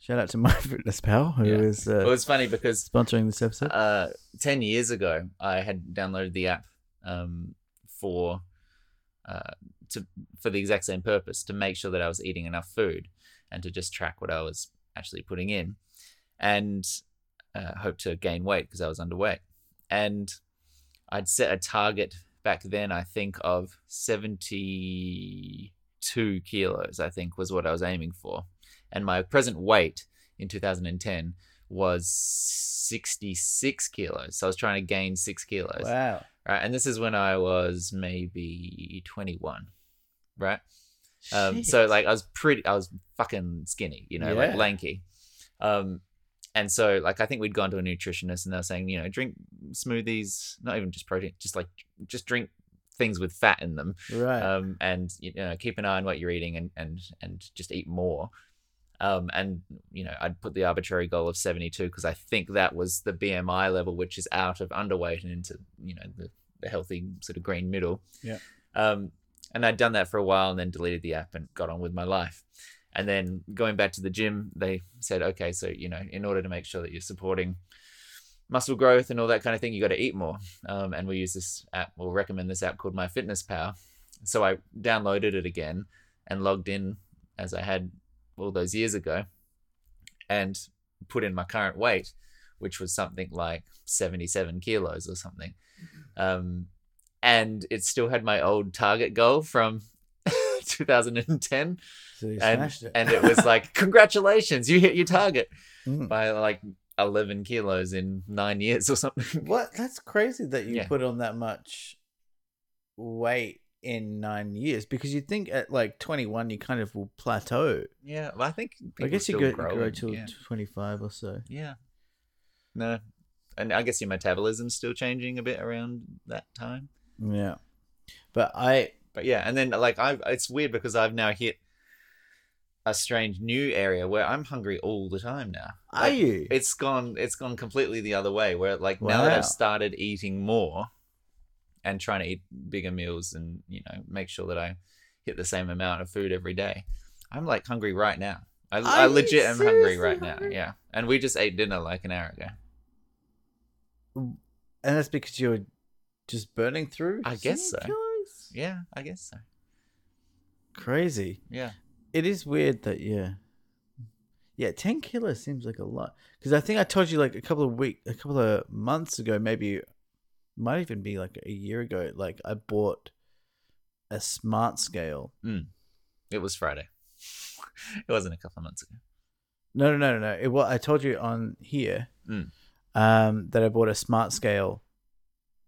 S1: Shout out to MyFitnessPal who
S2: Yeah.
S1: is uh,
S2: Well, it's funny because
S1: sponsoring this episode.
S2: uh, 10 years ago, I had downloaded the app um, for uh, to for the exact same purpose to make sure that I was eating enough food and to just track what I was actually putting in and uh, hope to gain weight because I was underweight. And I'd set a target back then, I think, of 72 kilos, I think was what I was aiming for. And my present weight in 2010 was 66 kilos. So I was trying to gain six kilos.
S1: wow.
S2: Right. And this is when I was maybe 21. Right. Um, so
S1: Shit.
S2: like I was pretty, I was fucking skinny, you know,
S1: Yeah.
S2: like lanky. Um, and so like I think we'd gone to a nutritionist and they were saying, you know, drink smoothies, not even just protein, just like just drink things with fat in them,
S1: right.
S2: um, and you know keep an eye on what you're eating and and and just eat more. Um, and you know I'd put the arbitrary goal of 72 because I think that was the BMI level, which is out of underweight and into you know the, the healthy sort of green middle.
S1: Yeah.
S2: Um, and I'd done that for a while and then deleted the app and got on with my life. And then going back to the gym, they said, okay, so you know, in order to make sure that you're supporting muscle growth and all that kind of thing, you got to eat more. Um, and we use this app, we'll recommend this app called MyFitnessPal. So I downloaded it again and logged in as I had all those years ago and put in my current weight, which was something like 77 kilos or something.
S1: Mm-hmm.
S2: Um, and it still had my old target goal from 2010,
S1: So you
S2: and
S1: smashed it.
S2: and it was like congratulations, you hit your target
S1: Mm.
S2: by like 11 kilos in nine years or something.
S1: what? That's crazy that you
S2: Yeah.
S1: put on that much weight in nine years because you think at like 21 you kind of will plateau.
S2: Yeah, well, I think people
S1: I guess you
S2: still
S1: go,
S2: grow
S1: grow
S2: and-
S1: till
S2: yeah.
S1: 25 or so.
S2: yeah, no, and I guess your metabolism's still changing a bit around that time.
S1: Yeah. But I,
S2: but yeah and then like i've it's weird because i've now hit a strange new area where i'm hungry all the time now
S1: are
S2: Like,
S1: you?
S2: it's gone it's gone completely the other way where like now that
S1: Wow.
S2: i've started eating more and trying to eat bigger meals and you know make sure that i hit the same amount of food every day i'm like hungry right now i, I
S1: you
S2: legit am hungry
S1: seriously
S2: right now
S1: hungry?
S2: yeah and we just ate dinner like an hour ago
S1: and that's because you're just burning through.
S2: I guess
S1: some
S2: so.
S1: calories?
S2: yeah i guess so
S1: Crazy.
S2: yeah
S1: it is weird that yeah yeah 10 kilos seems like a lot because i think i told you like a couple of week a couple of months ago maybe might even be like a year ago like i bought a smart scale
S2: it was friday it wasn't a couple of months ago
S1: no no no no no it, what i told you on here
S2: Mm.
S1: um that i bought a smart scale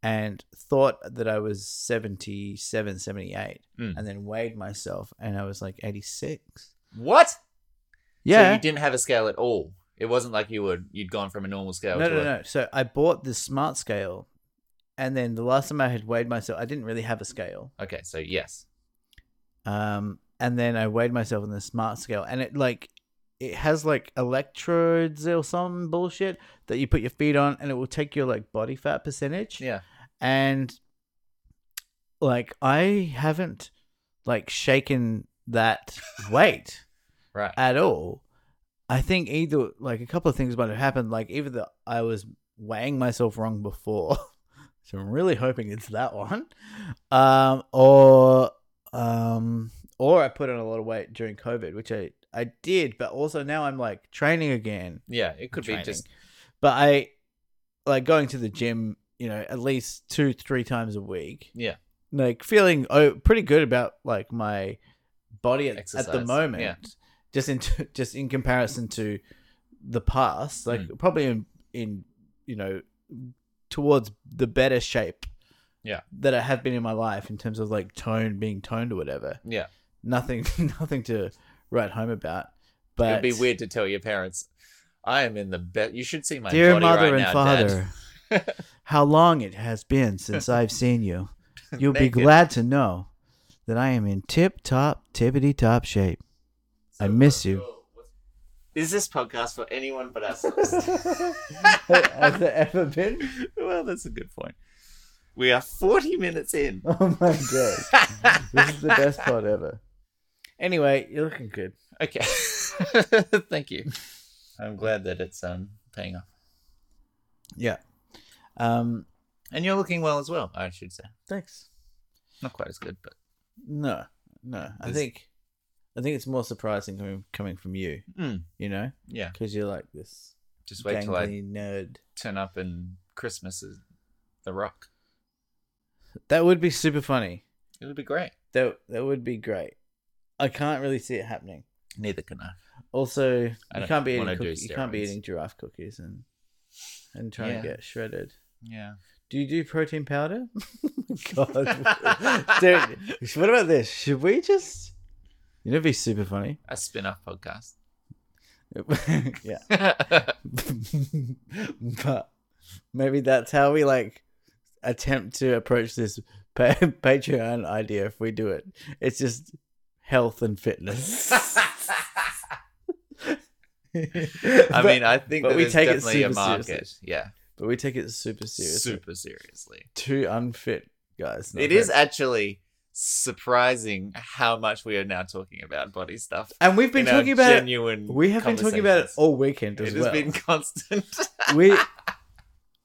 S1: and thought that i was 77 78
S2: Mm.
S1: and then weighed myself and i was like 86
S2: what So
S1: yeah
S2: you didn't have a scale at all. It wasn't like you would you'd gone from a normal scale
S1: No,
S2: to
S1: no,
S2: a
S1: no. So I bought this smart scale, and then the last time I had weighed myself, I didn't really have a scale.
S2: Okay, so yes.
S1: Um, and then I weighed myself on the smart scale, and it like it has like electrodes or some bullshit that you put your feet on, and it will take your like body fat percentage.
S2: Yeah.
S1: And like I haven't like shaken that weight
S2: Right.
S1: at all. I think either like a couple of things might have happened. Like either that I was weighing myself wrong before, so I'm really hoping it's that one, um, or um, or I put on a lot of weight during COVID, which I I did, but also now I'm like training again.
S2: yeah, it could be
S1: Training.
S2: just
S1: But I like going to the gym, you know, at least two three times a week.
S2: Yeah.
S1: like feeling oh, pretty good about like my body at, at the
S2: Exercise,
S1: moment.
S2: yeah.
S1: Just in just in comparison to the past, like
S2: Hmm.
S1: probably in in you know towards the better shape.
S2: Yeah.
S1: that I have been in my life in terms of like tone being toned or whatever.
S2: yeah.
S1: Nothing, nothing to write home about. But
S2: It'd be weird to tell your parents, I am in the best you should see my
S1: Dear
S2: body
S1: mother and
S2: right now, Dad."
S1: father, how long it has been since I've seen you. You'll be
S2: Naked.
S1: glad to know that I am in tip top, tippity top shape. I miss you.
S2: Is this podcast for anyone but us?
S1: Has it ever been?
S2: well, that's a good point. We are forty minutes in.
S1: Oh my god. This is the best part ever. Anyway, you're looking good.
S2: Okay. Thank you. I'm glad that it's um paying off.
S1: Yeah. Um
S2: And you're looking well as well, I should say.
S1: thanks.
S2: Not quite as good, but
S1: No. No. I
S2: This-
S1: think I think it's more surprising coming coming from you,
S2: Mm,
S1: you know?
S2: yeah.
S1: Because you're like this
S2: Just wait till I
S1: gangly nerd.
S2: turn up and Christmas is The Rock.
S1: That would be super funny.
S2: It would be great.
S1: That that would be great. I can't really see it happening.
S2: Neither can I.
S1: Also,
S2: I
S1: you
S2: don't
S1: can't be eating
S2: wanna do
S1: cookie, you can't be
S2: steroids.
S1: eating giraffe cookies and and trying
S2: Yeah.
S1: to get shredded.
S2: Yeah.
S1: Do you do protein powder? Oh God, dude, what about this? Should we just? You know, it'd be super funny.
S2: A spin off podcast.
S1: yeah, but maybe that's how we like attempt to approach this pa- Patreon idea. If we do it, it's just health and fitness.
S2: I
S1: I
S2: mean, uh, I think
S1: but
S2: that
S1: we
S2: there's
S1: take it
S2: definitely a
S1: super
S2: market.
S1: seriously.
S2: Yeah.
S1: but we take it super seriously.
S2: Super seriously.
S1: Two unfit guys.
S2: It is actually surprising how much we are now talking about body stuff.
S1: and we've been
S2: in our
S1: talking about it.
S2: genuine
S1: We have been talking about it
S2: conversations.
S1: all weekend as
S2: It has
S1: well.
S2: been constant.
S1: we,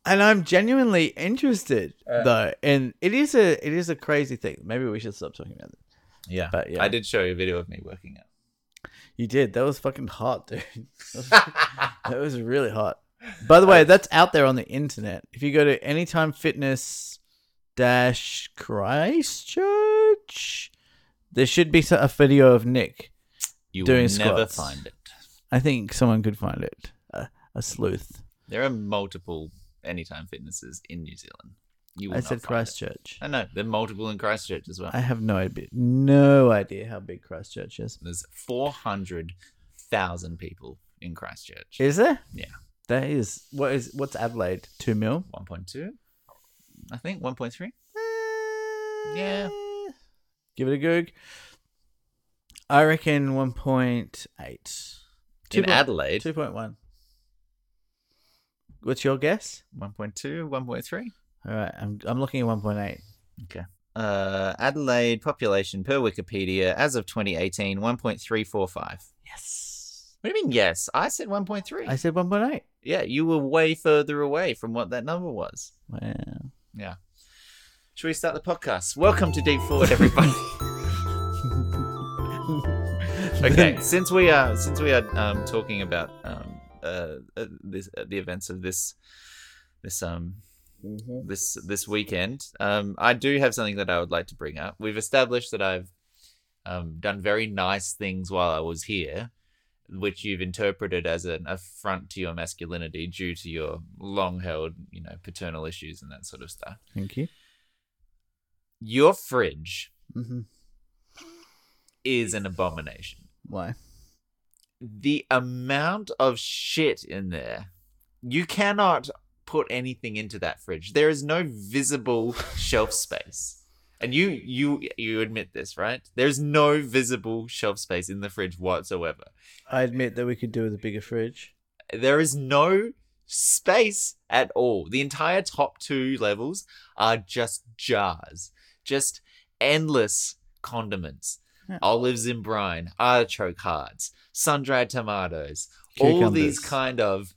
S1: and I'm genuinely interested
S2: Uh.
S1: though, and it is a it is a crazy thing. Maybe we should stop talking about it.
S2: yeah.
S1: But yeah,
S2: I did show you a video of me working
S1: You did. That was fucking hot, dude.
S2: out.
S1: That was really hot. By the way, that's out there on the internet. If you go to anytime fitness dash Christchurch There should be so- a video of Nick.
S2: You
S1: Doing
S2: will never
S1: squats.
S2: find it.
S1: I think someone could find it. A, a sleuth.
S2: There are multiple Anytime Fitnesses in New Zealand. You will
S1: I
S2: not
S1: said
S2: find it.
S1: Christchurch.
S2: I know. There are multiple in Christchurch as well.
S1: I have no idea, no idea how big Christchurch is.
S2: There's 400,000 people in Christchurch.
S1: Is there?
S2: Yeah.
S1: That is what is what's Adelaide? Two mil.
S2: 1.2? I think 1.3? Yeah.
S1: Give it a goog. I reckon one point eight.
S2: In Adelaide,
S1: Two point one. What's your guess?
S2: 1.2, 1.3.
S1: All right, I'm I'm looking at one point eight.
S2: Uh, Adelaide population per Wikipedia as of 2018, 1.345. What
S1: Yes.
S2: do you mean, yes? I said 1.3.
S1: I said one point eight.
S2: yeah, you were way further away from what that number was.
S1: Wow.
S2: Yeah. Should we start the podcast? Welcome to Deep Forward, everybody. okay, since we are since we are um, talking about um, uh, uh, this, uh, the events of this this um this this weekend, um, I do have something that I would like to bring up. We've established that I've um, done very nice things while I was here, which you've interpreted as an affront to your masculinity due to your long held, you know, paternal issues and that sort of stuff.
S1: Thank you.
S2: Your fridge
S1: hmm
S2: is an abomination.
S1: Why?
S2: the amount of shit in there. You cannot put anything into that fridge. There is no visible shelf space. And you you you admit this, right? There's no visible shelf space in the fridge whatsoever.
S1: I admit that we could do with a bigger fridge.
S2: There is no space at all. The entire top two levels are just jars, just endless condiments,
S1: Yeah.
S2: olives in brine, artichoke hearts, sun dried tomatoes, all
S1: Cucumbers.
S2: these kind of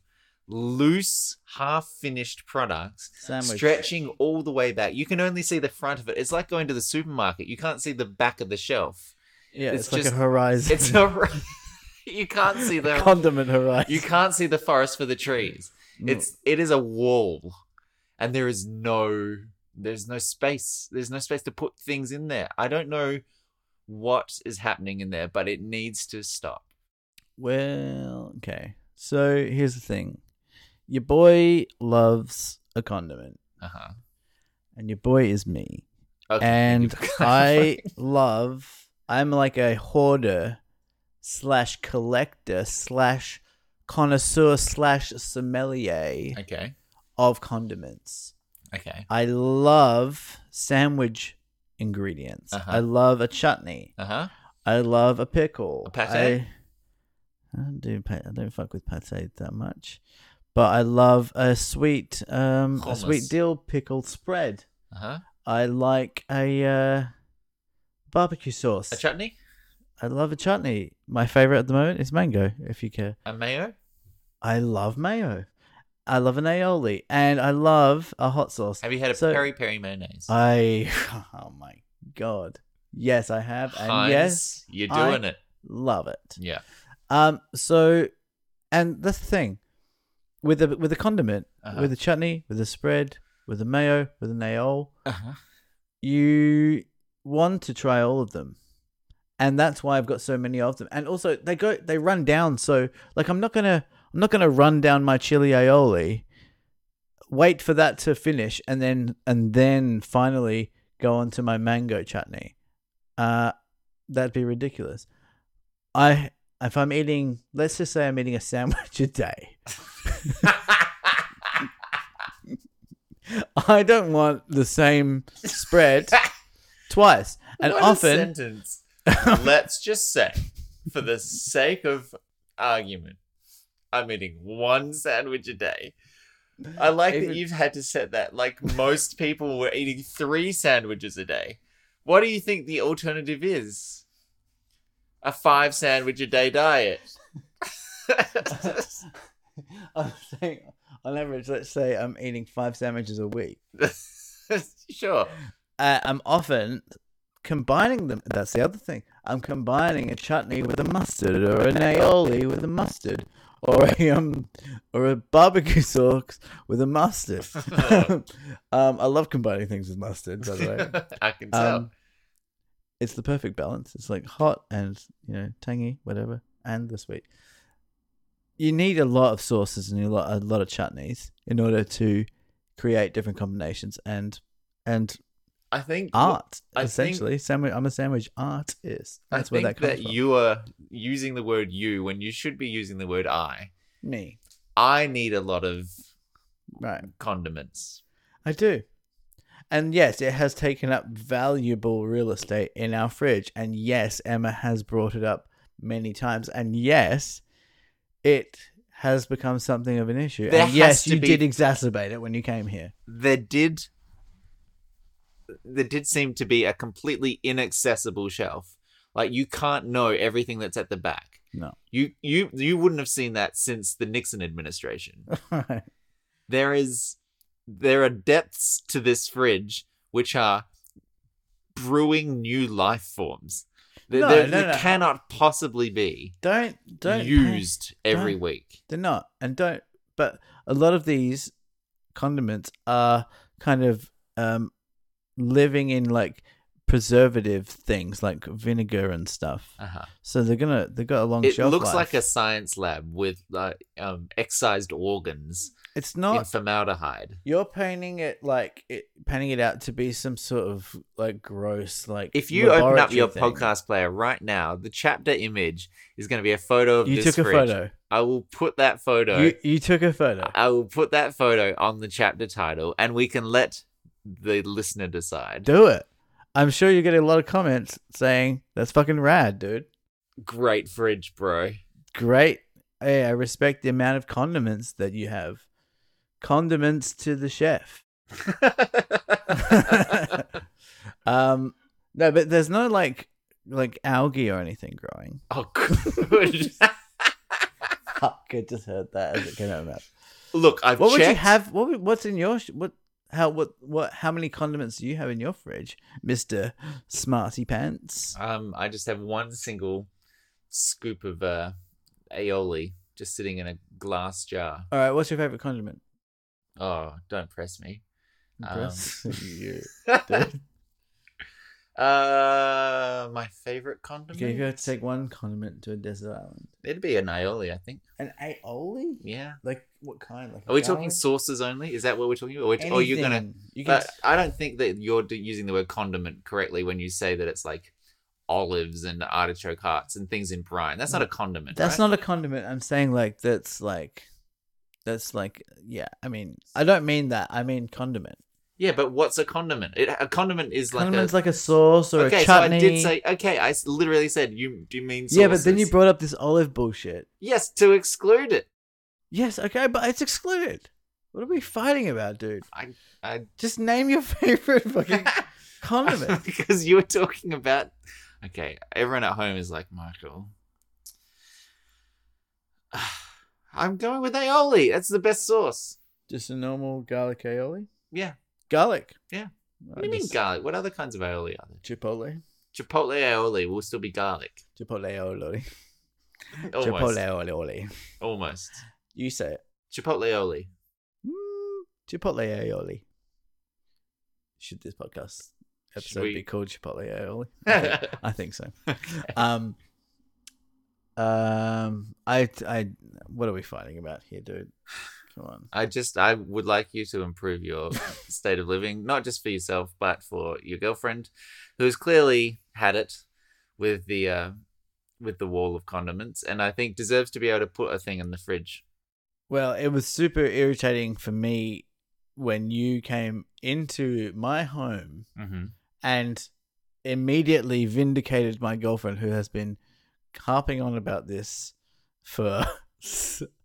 S2: loose, half finished products
S1: Sandwich.
S2: stretching all the way back. You can only see the front of it. It's like going to the supermarket, you can't see the back of the shelf.
S1: Yeah, it's,
S2: It's
S1: like
S2: just-
S1: a horizon.
S2: It's a. you can't see the.
S1: condiment horizon.
S2: You can't see the forest for the trees.
S1: No.
S2: It's it is a wall, and there is no there's no space. There's no space to put things in there. I don't know what is happening in there, but it needs to stop.
S1: Well, okay. So here's the thing. Your boy loves a condiment,
S2: Uh huh.
S1: and your boy is me.
S2: Okay.
S1: and I love. I'm like a hoarder, slash collector, slash connoisseur, slash sommelier
S2: okay.
S1: of condiments.
S2: Okay.
S1: I love sandwich ingredients.
S2: Uh-huh.
S1: I love a chutney.
S2: Uh huh.
S1: I love a pickle.
S2: A pate?
S1: I, I don't do pa- I don't fuck with pate that much, but I love a sweet um a
S2: Hummus.
S1: sweet dill pickle spread.
S2: Uh huh.
S1: I like a uh, barbecue sauce.
S2: A chutney,
S1: I love a chutney. My favorite at the moment is mango. If you care,
S2: a mayo.
S1: I love mayo. I love an aioli, and I love a hot sauce.
S2: Have you had a
S1: So-
S2: peri peri mayonnaise?
S1: I oh my god, yes I have, and
S2: Heinz,
S1: yes
S2: you're
S1: I-
S2: doing it.
S1: love it.
S2: Yeah.
S1: Um. So, and that's the thing, with a with a condiment,
S2: Uh-huh.
S1: with a chutney, with a spread, with a mayo, with an aioli,
S2: Uh-huh.
S1: you want to try all of them, and that's why I've got so many of them. And also, they go they run down. So, like, I'm not gonna I'm not gonna run down my chili aioli, wait for that to finish, and then and then finally go on to my mango chutney. Uh, that'd be ridiculous. I if I'm eating, let's just say I'm eating a sandwich a day. I don't want the same spread twice, and
S2: What a
S1: often
S2: sentence. Let's just say, for the sake of argument, I'm eating one sandwich a day. I like
S1: Even-
S2: that you've had to set that. Like most people were eating three sandwiches a day. What do you think the alternative is? A five sandwich a day diet.
S1: I'm saying on average, let's say I'm eating five sandwiches a week.
S2: sure.
S1: Uh, I'm often combining them. That's the other thing. I'm combining a chutney with a mustard, or an aioli with a mustard, or a um, or a barbecue sauce with a mustard. um, I love combining things with mustard. By the way,
S2: I can tell.
S1: um, it's the perfect balance. It's like hot and you know tangy, whatever, and the sweet. You need a lot of sauces and a lot, a lot of chutneys in order to create different combinations and and
S2: I think
S1: art
S2: I think-
S1: essentially. sandwich. I'm a sandwich artist.
S2: I
S1: That's
S2: think
S1: where that
S2: that,
S1: comes from.
S2: you are using the word "you" when you should be using the word "I."
S1: Me,
S2: I need a lot of
S1: right?
S2: condiments.
S1: I do. And yes, it has taken up valuable real estate in our fridge. And yes, Emma has brought it up many times. And yes, it has become something of an issue.
S2: There
S1: and yes,
S2: has to
S1: you
S2: be-
S1: did exacerbate it when you came here.
S2: There did, there did seem to be a completely inaccessible shelf. Like you can't know everything that's at the back.
S1: No.
S2: You you you wouldn't have seen that since the Nixon administration.
S1: Right.
S2: there is there are depths to this fridge which are brewing new life forms that
S1: No,
S2: there,
S1: no,
S2: that
S1: no.
S2: cannot possibly be
S1: don't don't paint-
S2: used every
S1: don't-
S2: week
S1: They're not, and don't. But a lot of these condiments are kind of um, living in like preservative things, like vinegar and stuff.
S2: uh-huh.
S1: So they're gonna they got a long
S2: it
S1: shelf
S2: looks
S1: life.
S2: like a science lab with like um, excised organs
S1: It's
S2: in
S1: not.
S2: formaldehyde
S1: You're painting it like it, painting it out to be some sort of like gross like.
S2: if you open up
S1: laboratory
S2: your
S1: thing.
S2: podcast player right now the chapter image is going to be a photo of
S1: you
S2: this
S1: took a
S2: fridge.
S1: photo.
S2: i will put that photo
S1: You you took a photo.
S2: I will put that photo on the chapter title and we can let the listener decide.
S1: Do it. I'm sure you're getting a lot of comments saying that's fucking rad, dude.
S2: Great fridge, bro.
S1: Great. Hey, I respect the amount of condiments that you have. Condiments to the chef. um, no, but there's no like like algae or anything growing.
S2: oh, good.
S1: Fuck! I just heard that as it came out of my mouth.
S2: Look, I've
S1: What would you
S2: checked.
S1: have? What would- what's in your sh- what? How what what? How many condiments do you have in your fridge, Mister Smarty Pants?
S2: Um, I just have one single scoop of uh, aioli just sitting in a glass jar.
S1: All right, what's your favorite condiment?
S2: Oh, don't press me. Um.
S1: Chris? You-
S2: uh, my favorite condiment.
S1: okay, if you had to take one condiment to a desert island,
S2: It'd be an aioli, I think.
S1: an aioli?
S2: Yeah.
S1: Like what kind? Like
S2: Are we talking sauces only? Is that what we're talking about? Or,
S1: Anything.
S2: or you're gonna?
S1: You can,
S2: But I don't think that you're d- using the word condiment correctly when you say that it's like olives and artichoke hearts and things in brine. That's not a condiment.
S1: Mm. that's
S2: right?
S1: not a condiment. I'm saying like that's like that's like yeah. I mean, I don't mean that. I mean condiment.
S2: Yeah, but what's a condiment? It, a condiment is like
S1: Condiment's
S2: a.
S1: like a sauce or
S2: okay,
S1: a chutney.
S2: so I did say okay. I s- literally said you. Do you mean? Sauces?
S1: Yeah, but then you brought up this olive bullshit.
S2: yes to exclude it.
S1: Yes, okay, but it's excluded. What are we fighting about, dude?
S2: I- I-
S1: just name your favorite fucking condiment.
S2: because you were talking about. Okay, everyone at home is like Michael. I'm going with aioli. That's the best sauce.
S1: Just a normal garlic aioli.
S2: Yeah.
S1: Garlic.
S2: Yeah.
S1: What
S2: What do you mean garlic? What other kinds of aioli are there?
S1: Chipotle.
S2: Chipotle aioli will still be garlic.
S1: Chipotle aioli.
S2: Almost.
S1: Chipotle aioli.
S2: Almost.
S1: You say it.
S2: Chipotle aioli.
S1: Mm, Chipotle aioli. Should this podcast episode
S2: we-
S1: be called Chipotle aioli? I think- I think so. um um i i what are we fighting about here dude come on
S2: I just, I would like you to improve your state of living, not just for yourself, but for your girlfriend, who's clearly had it with the, uh, with the wall of condiments, and I think deserves to be able to put a thing in the fridge.
S1: well it was super irritating for me when you came into my home
S2: Mm-hmm.
S1: and immediately vindicated my girlfriend who has been harping on about this for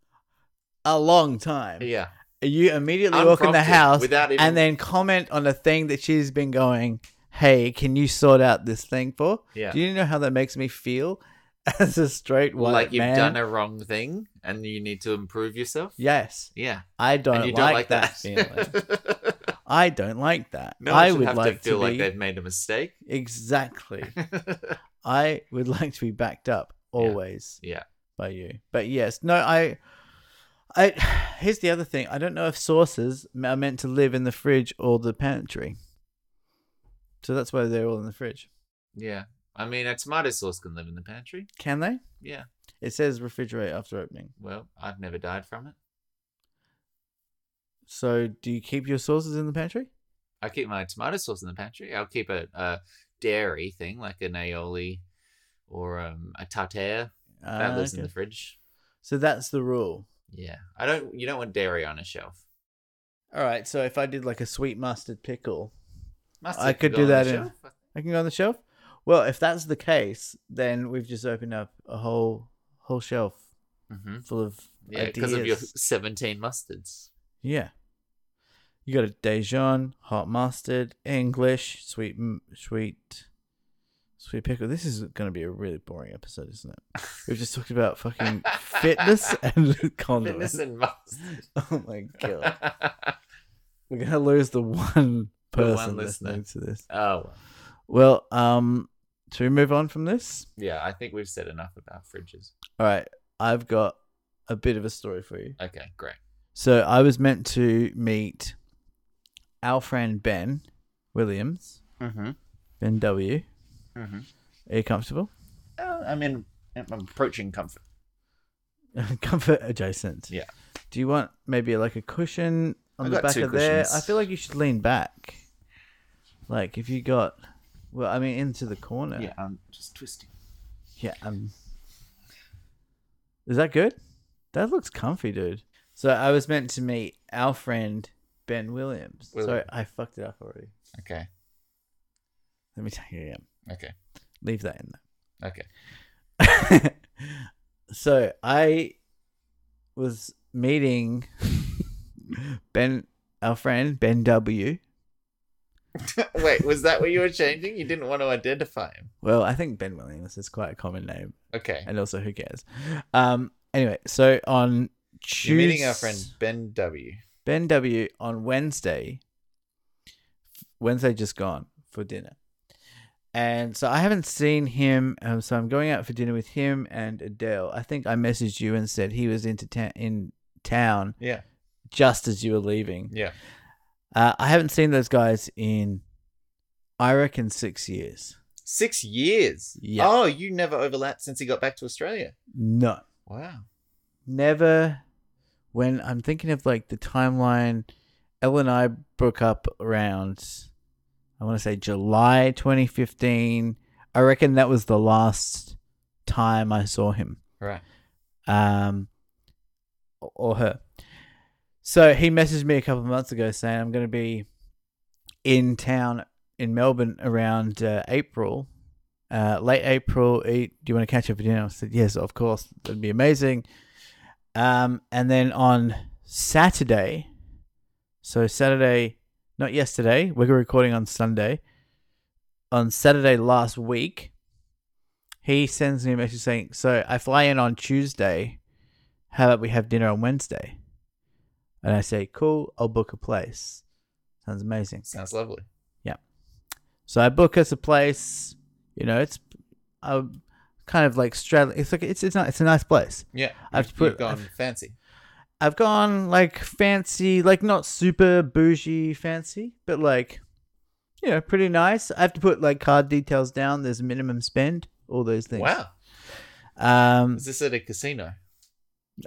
S1: a long time
S2: Yeah.
S1: you immediately walk in the
S2: Unprompted,
S1: house
S2: without even-
S1: and then comment on a thing that she's been going hey can you sort out this thing for
S2: Yeah.
S1: Do you know how that makes me feel as a straight white
S2: like you've
S1: man?
S2: done a wrong thing, and you need to improve yourself.
S1: yes,
S2: Yeah.
S1: I don't,
S2: and you
S1: like,
S2: don't like
S1: that, feeling. I don't like that.
S2: no one
S1: I
S2: should
S1: would
S2: have
S1: like
S2: to feel
S1: be
S2: like they've made a mistake.
S1: exactly. I would like to be backed up always.
S2: Yeah.
S1: by you. But yes, no, I. I here's the other thing. I don't know if sauces are meant to live in the fridge or the pantry. So that's why they're all in the fridge.
S2: Yeah. I mean, a tomato sauce can live in the pantry.
S1: Can they?
S2: Yeah.
S1: It says refrigerate after opening.
S2: Well, I've never died from it.
S1: So do you keep your sauces in the pantry?
S2: I keep my tomato sauce in the pantry. I'll keep a, a dairy thing like an aioli or um, a tartare that
S1: Ah,
S2: lives in
S1: okay.
S2: the fridge.
S1: So that's the rule.
S2: Yeah. I don't. You don't want dairy on a shelf.
S1: All right. So if I did like a sweet mustard pickle,
S2: Mustard
S1: I could
S2: go
S1: do
S2: on the
S1: that in-
S2: shelf.
S1: I can go on the shelf. Well, if that's the case, then we've just opened up a whole whole shelf
S2: Mhm.
S1: full of
S2: Yeah,
S1: ideas.
S2: because of your seventeen mustards.
S1: yeah. You got a Dijon, hot mustard, English, sweet, m- sweet, sweet pickle. This is going to be a really boring episode, isn't it? We've just talked about fucking fitness and condiments.
S2: Fitness and mustard.
S1: oh my god, we're gonna lose the one
S2: The one
S1: person
S2: listener.
S1: listening to this.
S2: oh well.
S1: Well, um, should we move on from this?
S2: yeah. I think we've said enough about fridges.
S1: All right, I've got a bit of a story for you.
S2: Okay, great.
S1: So I was meant to meet our friend Ben Williams,
S2: Mm-hmm.
S1: Ben W.
S2: Mm-hmm. Oh,
S1: Are you comfortable?
S2: I mean, I'm approaching comfort.
S1: Comfort adjacent.
S2: Yeah.
S1: Do you want maybe like a cushion on
S2: I
S1: the
S2: got
S1: back
S2: two
S1: of there? I
S2: cushions.
S1: feel like you should lean back. Like if you got, well, I mean, into the corner.
S2: Yeah, I'm just twisting.
S1: Yeah. Um, is that good? That looks comfy, dude. So I was meant to meet our friend Ben Williams. Sorry,
S2: Williams.
S1: I fucked it up already.
S2: Okay,
S1: Let me take it again.
S2: okay,
S1: Leave that in
S2: okay.
S1: there. so I was meeting Ben, our friend Ben W.
S2: Wait, was that what you were changing? You didn't want to identify him.
S1: Well, I think Ben Williams is quite a common name,
S2: Okay.
S1: and also who cares? Um. Anyway, so on Tuesday,
S2: You're meeting our friend Ben W.
S1: Ben W on Wednesday, Wednesday just gone for dinner. And so I haven't seen him. Um, so I'm going out for dinner with him and Adele. I think I messaged you and said he was into ta- in town
S2: Yeah,
S1: just as you were leaving.
S2: yeah.
S1: Uh, I haven't seen those guys in, I reckon, six years.
S2: Six years.
S1: Yeah.
S2: Oh, you never overlapped since he got back to Australia.
S1: No,
S2: Wow.
S1: never. When I'm thinking of like the timeline, Elle and I broke up around I want to say July 2015. I reckon that was the last time I saw him
S2: Right.
S1: um, or- or her. So he messaged me a couple of months ago saying, I'm going to be in town in Melbourne around uh, April, uh, late April. Eh, Do you want to catch up for dinner? I said, Yes, of course. That'd be amazing. Um, and then on Saturday, so Saturday, not yesterday, we were recording on Sunday. On Saturday last week, he sends me a message saying, "So I fly in on Tuesday. How about we have dinner on Wednesday?" And I say, "Cool, I'll book a place." Sounds amazing.
S2: Sounds lovely.
S1: So I book us a place. You know, it's I kind of like straddling. It's like it's it's not it's a nice place.
S2: Yeah.
S1: I've
S2: you've-
S1: put-
S2: you've gone fancy.
S1: I've gone like fancy, like not super bougie fancy, but like you know, pretty nice. I have to put like card details down. There's a minimum spend. All those things.
S2: Wow.
S1: Um,
S2: Is this at a casino?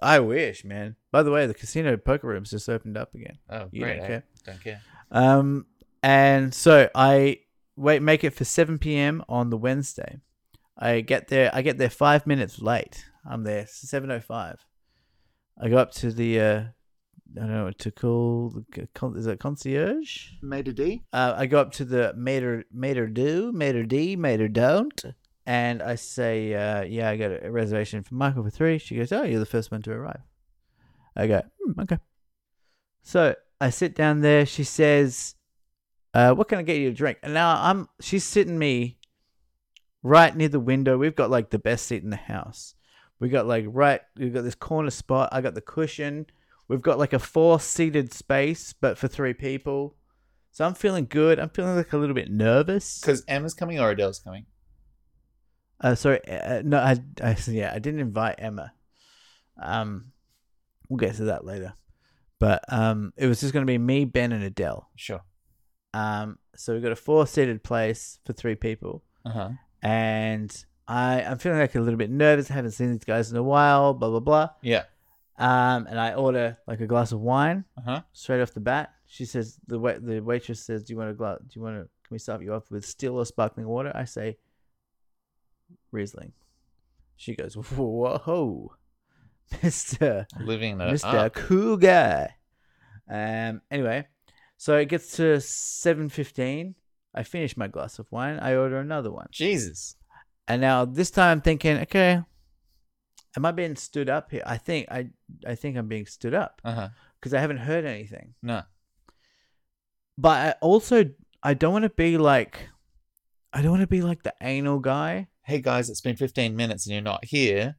S1: I wish, man. By the way, the casino poker rooms just opened up again.
S2: Oh,
S1: You
S2: great.
S1: don't
S2: I
S1: care.
S2: don't care.
S1: Um, and so I wait, make it for seven p.m. on the Wednesday. I get there. I get there five minutes late. I'm there seven o five. I go up to the. Uh, I don't know what to call the c- con- is it concierge?
S2: Made a D?
S1: Uh, I go up to the mater mater do mater d mater don't, and I say, uh, "Yeah, I got a reservation for Michael for three. She goes, "Oh, you're the first one to arrive." I go, "Hmm, "Okay." So I sit down there. She says, uh, "What can I get you to drink?" And now I'm she's sitting me right near the window. We've got like the best seat in the house. We got like right. We've got this corner spot. I got the cushion. We've got like a four seated space, but for three people. So I'm feeling good. I'm feeling like a little bit nervous.
S2: Because Emma's coming or Adele's coming?
S1: Uh, sorry, uh, no, I, I, yeah, I didn't invite Emma. Um, we'll get to that later. But um, it was just going to be me, Ben, and Adele.
S2: Sure.
S1: Um, so we got a four-seated place for three people.
S2: Uh huh.
S1: and I, I'm feeling like a little bit nervous. I haven't seen these guys in a while, blah, blah, blah.
S2: Yeah.
S1: Um, and I order like a glass of wine
S2: Uh huh.
S1: straight off the bat. She says, the wait, the waitress says, do you want a glass, do you want to, can we serve you up with still or sparkling water? I say, Riesling. She goes, whoa, mister.
S2: Living it
S1: Mr.
S2: up.
S1: Cool Guy. Um. Anyway, so it gets to seven fifteen. I finish my glass of wine. I order another one,
S2: Jesus.
S1: and now this time I'm thinking, okay, am I being stood up here? I think I I think I'm being stood up
S2: Uh huh.
S1: because I haven't heard anything.
S2: No.
S1: But I also I don't want to be like I don't want to be like the anal guy.
S2: Hey guys, it's been 15 minutes and you're not here.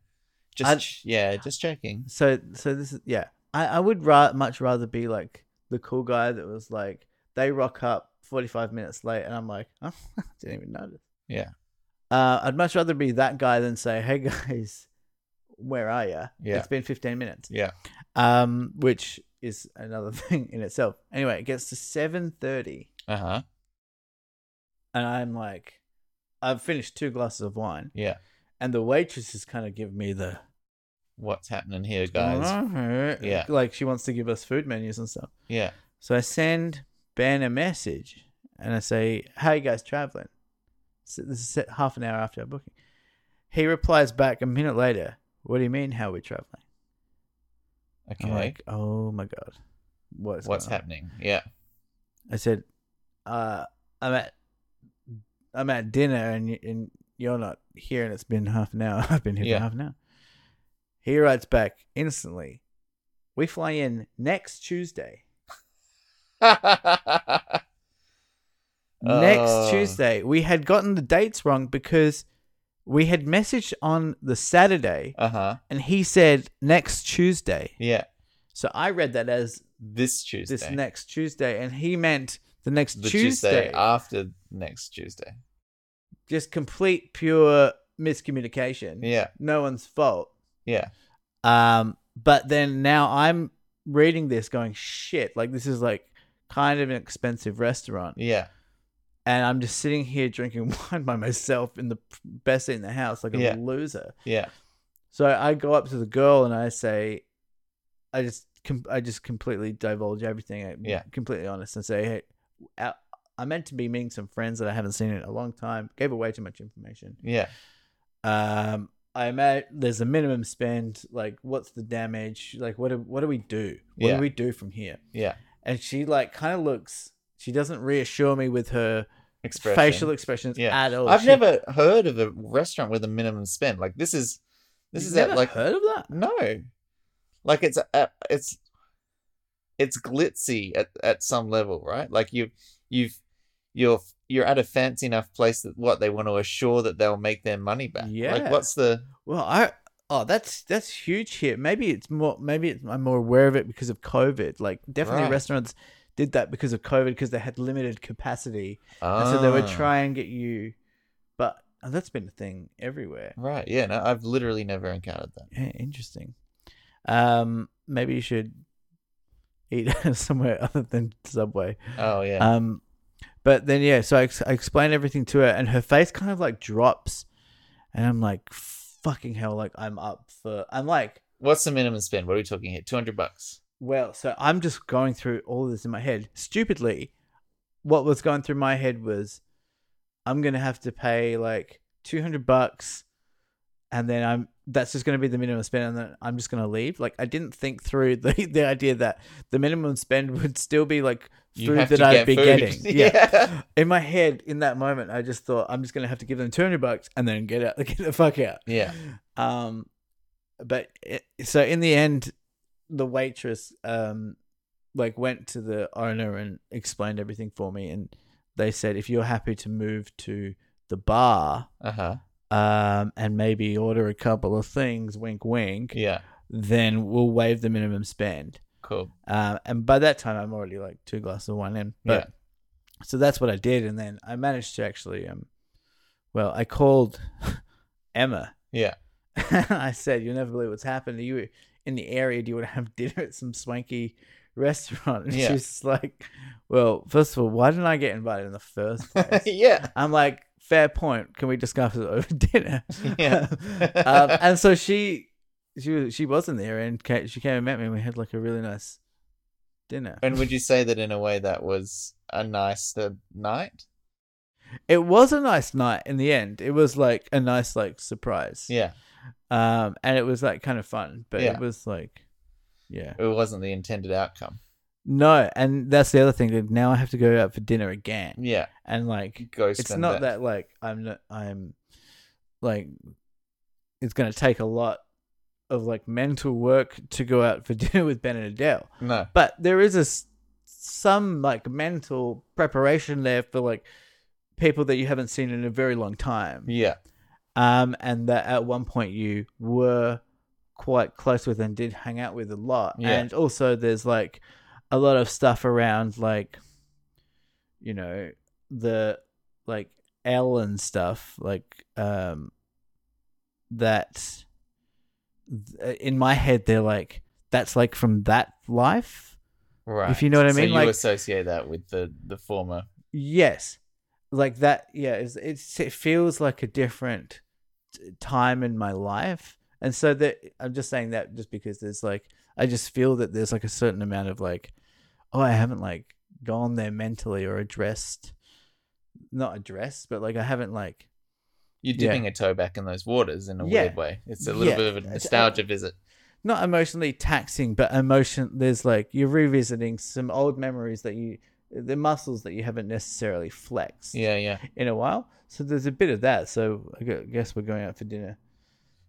S2: Just
S1: I-
S2: ch- yeah, just checking.
S1: So so this is yeah. I I would ra- much rather be like the cool guy that was like they rock up 45 minutes late and I'm like oh, I didn't even notice.
S2: Yeah.
S1: Uh, I'd much rather be that guy than say hey guys where are you?
S2: Yeah.
S1: It's been 15 minutes.
S2: Yeah.
S1: Um which is another thing in itself. Anyway, it gets to 7:30
S2: Uh huh.
S1: and I'm like I've finished two glasses of wine
S2: Yeah.
S1: and the waitress is kind of giving me the
S2: What's happening here, guys? Yeah.
S1: like she wants to give us food menus and stuff.
S2: Yeah.
S1: So I send Ben a message and I say, How you guys traveling? So this is set half an hour after our booking. He replies back a minute later, What do you mean, how we traveling?
S2: Okay.
S1: I'm like, Oh my God. What's,
S2: What's
S1: going on?"
S2: happening? Yeah.
S1: I said, uh, I'm at I'm at dinner and, y- and you're not here and it's been half an hour. I've been here
S2: Yeah.
S1: for half an hour. He writes back instantly, We fly in next Tuesday. next
S2: Oh.
S1: Tuesday. We had gotten the dates wrong because we had messaged on the Saturday
S2: Uh huh.
S1: and he said next Tuesday.
S2: Yeah.
S1: So I read that as
S2: This Tuesday.
S1: this next Tuesday and he meant the next
S2: the
S1: Tuesday.
S2: Tuesday Ah. after next Tuesday.
S1: Just complete pure miscommunication.
S2: Yeah.
S1: No one's fault.
S2: Yeah.
S1: Um but then now I'm reading this going shit like this is like kind of an expensive restaurant.
S2: Yeah.
S1: and I'm just sitting here drinking wine by myself in the p- best seat in the house, like a
S2: Yeah.
S1: loser.
S2: Yeah.
S1: So I go up to the girl and I say, I just, com- I just completely divulge everything. I'm
S2: Yeah.
S1: completely honest and say, hey, I- I meant to be meeting some friends that I haven't seen in a long time. Gave away too much information.
S2: Yeah.
S1: Um, I imagine there's a minimum spend. Like, what's the damage? Like, what do what do we do? What
S2: Yeah.
S1: do we do from here?
S2: Yeah.
S1: And she like kind of looks. She doesn't reassure me with her
S2: Expression.
S1: facial expressions
S2: Yeah.
S1: at all.
S2: I've
S1: She-
S2: never heard of a restaurant with a minimum spend. Like this is this
S1: You've
S2: is
S1: never
S2: at like
S1: heard of that.
S2: no. Like it's a, it's it's glitzy at, at some level, right? Like you you've you're you're at a fancy enough place that what they want to assure that they'll make their money back.
S1: Yeah.
S2: Like what's the
S1: Well, I oh that's that's huge here. Maybe it's more. Maybe it's, I'm more aware of it because of COVID. Like definitely
S2: Right.
S1: restaurants did that because of COVID because they had limited capacity, and so they would
S2: Ah.
S1: try and get you. But oh, that's been a thing everywhere.
S2: Right. Yeah. No, I've literally never encountered that.
S1: Yeah, interesting. Um, maybe you should eat somewhere other than Subway.
S2: Oh yeah.
S1: Um, but then yeah, so I, ex- I explain everything to her, and her face kind of like drops, and I'm like, fucking hell, like I'm up for. I'm like,
S2: What's the minimum spend? What are we talking here? Two hundred bucks.
S1: well, so I'm just going through all this in my head. Stupidly, what was going through my head was, I'm gonna have to pay like 200 bucks, and then I'm that's just gonna be the minimum spend, and then I'm just gonna leave. Like I didn't think through the the idea that the minimum spend would still be like
S2: You
S1: food
S2: have
S1: that
S2: to
S1: I'd
S2: get
S1: be
S2: food.
S1: getting. yeah
S2: yeah.
S1: in my head in that moment i just thought i'm just gonna have to give them 200 bucks and then get out get the fuck out
S2: Yeah.
S1: um but it, so in the end the waitress um like went to the owner and explained everything for me and they said if you're happy to move to the bar
S2: Uh huh.
S1: um and maybe order a couple of things wink wink
S2: Yeah.
S1: then we'll waive the minimum spend
S2: Cool.
S1: um, and by that time, I'm already like two glasses of wine in. But so that's what I did, and then I managed to actually, um, well, I called Emma.
S2: Yeah.
S1: I said, "You'll never believe what's happened. Are you in the area? Do you want to have dinner at some swanky restaurant?" And
S2: Yeah.
S1: she's like, "Well, first of all, why didn't I get invited in the first place?"
S2: yeah.
S1: I'm like, fair point. Can we discuss it over dinner?
S2: Yeah.
S1: um, and so she, she was, she wasn't there, and ca- she came and met me, and we had like a really nice dinner.
S2: And would you say that in a way that was a nicer night?
S1: It was a nice night in the end. It was like a nice like surprise.
S2: Yeah.
S1: Um, and it was like kind of fun, but
S2: Yeah.
S1: it was like, yeah.
S2: It wasn't the intended outcome.
S1: No, and that's the other thing. That now I have to go out for dinner again,
S2: Yeah.
S1: and like
S2: Go
S1: it's
S2: spend
S1: not that like I'm not I'm like it's gonna take a lot of like mental work to go out for dinner with Ben and Adele,
S2: No.
S1: but there is a s- some like mental preparation there for like people that you haven't seen in a very long time,
S2: Yeah.
S1: um, and that at one point you were quite close with and did hang out with a lot.
S2: Yeah.
S1: And also, there's like a lot of stuff around, like, you know, the like L and stuff, like, um, that th- in my head, they're like, that's like from that life.
S2: Right.
S1: you know what I
S2: So
S1: mean,
S2: you
S1: like-
S2: associate that with the the former.
S1: Yes, like that. Yeah, it's, it's it feels like a different t- time in my life, and so that I'm just saying that just because there's like I just feel that there's like a certain amount of like, oh, I haven't like gone there mentally or addressed, not addressed, but like I haven't like
S2: You're
S1: Yeah.
S2: dipping a toe back in those waters in a
S1: Yeah.
S2: weird way. It's a little
S1: Yeah.
S2: bit of a
S1: It's-
S2: nostalgia visit.
S1: not emotionally taxing, but emotion. There's like you're revisiting some old memories that you the muscles that you haven't necessarily flexed
S2: Yeah, yeah.
S1: in a while. So there's a bit of that. So I gu- guess we're going out for dinner.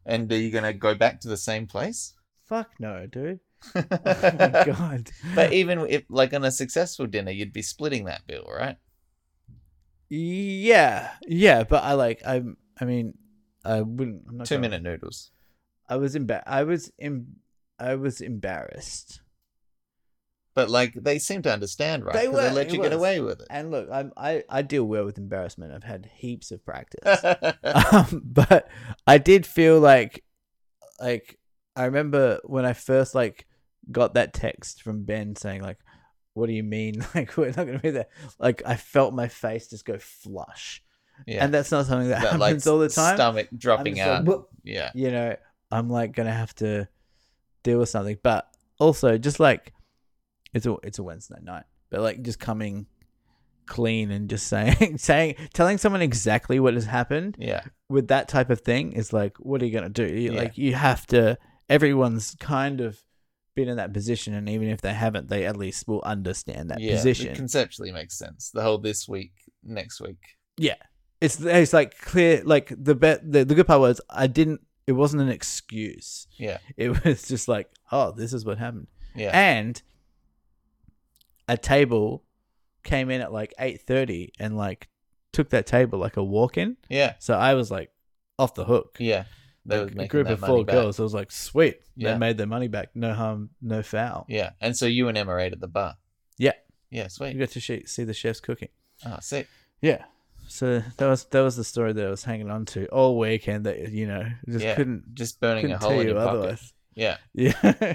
S2: And are you gonna go back to the same place?
S1: Fuck no, dude. Oh my god.
S2: But even if, like, on a successful dinner, you'd be splitting that bill, right?
S1: yeah, yeah. But I like. I. am I mean, I wouldn't. I'm not
S2: Two
S1: gonna-
S2: minute noodles.
S1: I was embar. I was in. I was embarrassed.
S2: But like, they seem to understand, right?
S1: They
S2: 'Cause
S1: were,
S2: let
S1: it
S2: you get
S1: was.
S2: away with it.
S1: And look, I'm. I. I deal well with embarrassment. I've had heaps of practice.
S2: yeah,
S1: um, but I did feel like, like I remember when I first like got that text from Ben saying like, "What do you mean? Like we're not gonna be there?" Like I felt my face just go flush. and that's not something that,
S2: that
S1: happens
S2: like
S1: all the time.
S2: stomach
S1: I'm
S2: dropping
S1: just like,
S2: out.
S1: "Whoop,"
S2: yeah,
S1: you know, I'm like gonna have to deal with something. But also, just like it's a it's a Wednesday night, but like just coming clean and just saying saying telling someone exactly what has happened
S2: yeah,
S1: with that type of thing is like, what are you gonna do? You-
S2: Yeah.
S1: Like you have to. Everyone's kind of been in that position, and even if they haven't, they at least will understand that
S2: yeah.
S1: position.
S2: It conceptually makes sense. The whole this week, next week.
S1: it's it's like clear like the bet the, the good part was i didn't it wasn't an excuse
S2: Yeah.
S1: it was just like oh this is what happened
S2: Yeah,
S1: and a table came in at like 8.30 and like took that table like a walk-in
S2: yeah,
S1: so i was like off the hook
S2: yeah. They
S1: Like,
S2: was
S1: a
S2: making
S1: group
S2: that
S1: of
S2: money
S1: four
S2: back.
S1: girls i was like sweet
S2: Yeah.
S1: they made their money back no harm no foul
S2: Yeah, and so you and Emma ate at the bar.
S1: Yeah.
S2: yeah,
S1: you
S2: sweet.
S1: got to she- see the chefs cooking
S2: Oh, sick.
S1: Yeah. So that was that was the story that I was hanging on to all weekend. That you know, just
S2: Yeah.
S1: couldn't
S2: Just burning
S1: couldn't
S2: a
S1: tell
S2: hole in
S1: you
S2: your pocket.
S1: otherwise.
S2: Yeah.
S1: Yeah.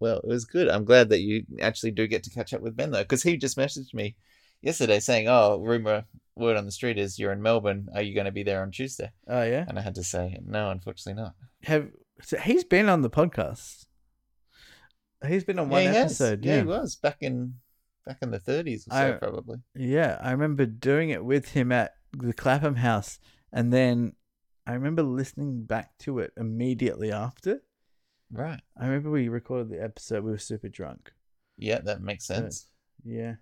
S2: Well, it was good. I'm glad that you actually do get to catch up with Ben though, because he just messaged me yesterday saying, "Oh, rumor word on the street is you're in Melbourne. Are you going to be there on Tuesday?"
S1: oh yeah.
S2: And I had to say, "No, unfortunately not."
S1: Have so he's been on the podcast. He's been on one
S2: he has.
S1: episode.
S2: Yeah,
S1: Yeah.
S2: he was back in back in the 30s or so,
S1: I-
S2: probably.
S1: Yeah, I remember doing it with him at the Clapham House, and then I remember listening back to it immediately after.
S2: Right.
S1: I remember we recorded the episode. We were super drunk.
S2: Yeah, that makes
S1: So-
S2: sense.
S1: Yeah.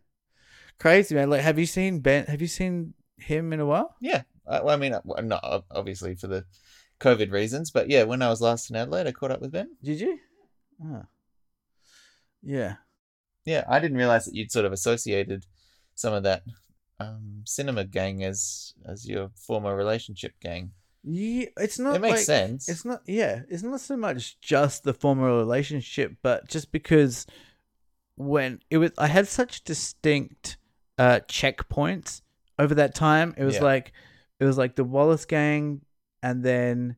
S1: Crazy man. Like, have you seen Ben? Have you seen him in a while?
S2: Yeah. I, Uh, well, I mean, I- well, not ob- obviously for the COVID reasons, but yeah, when I was last in Adelaide, I caught up with Ben.
S1: Did you? Oh. Yeah.
S2: Yeah, I didn't realize that you'd sort of associated some of that um, cinema gang as as your former relationship gang.
S1: Yeah, it's not
S2: it makes
S1: like-
S2: sense.
S1: It's not yeah, it's not so much just the former relationship, but just because when it was I had such distinct uh checkpoints over that time. It was
S2: Yeah.
S1: like it was like the Wallace gang and then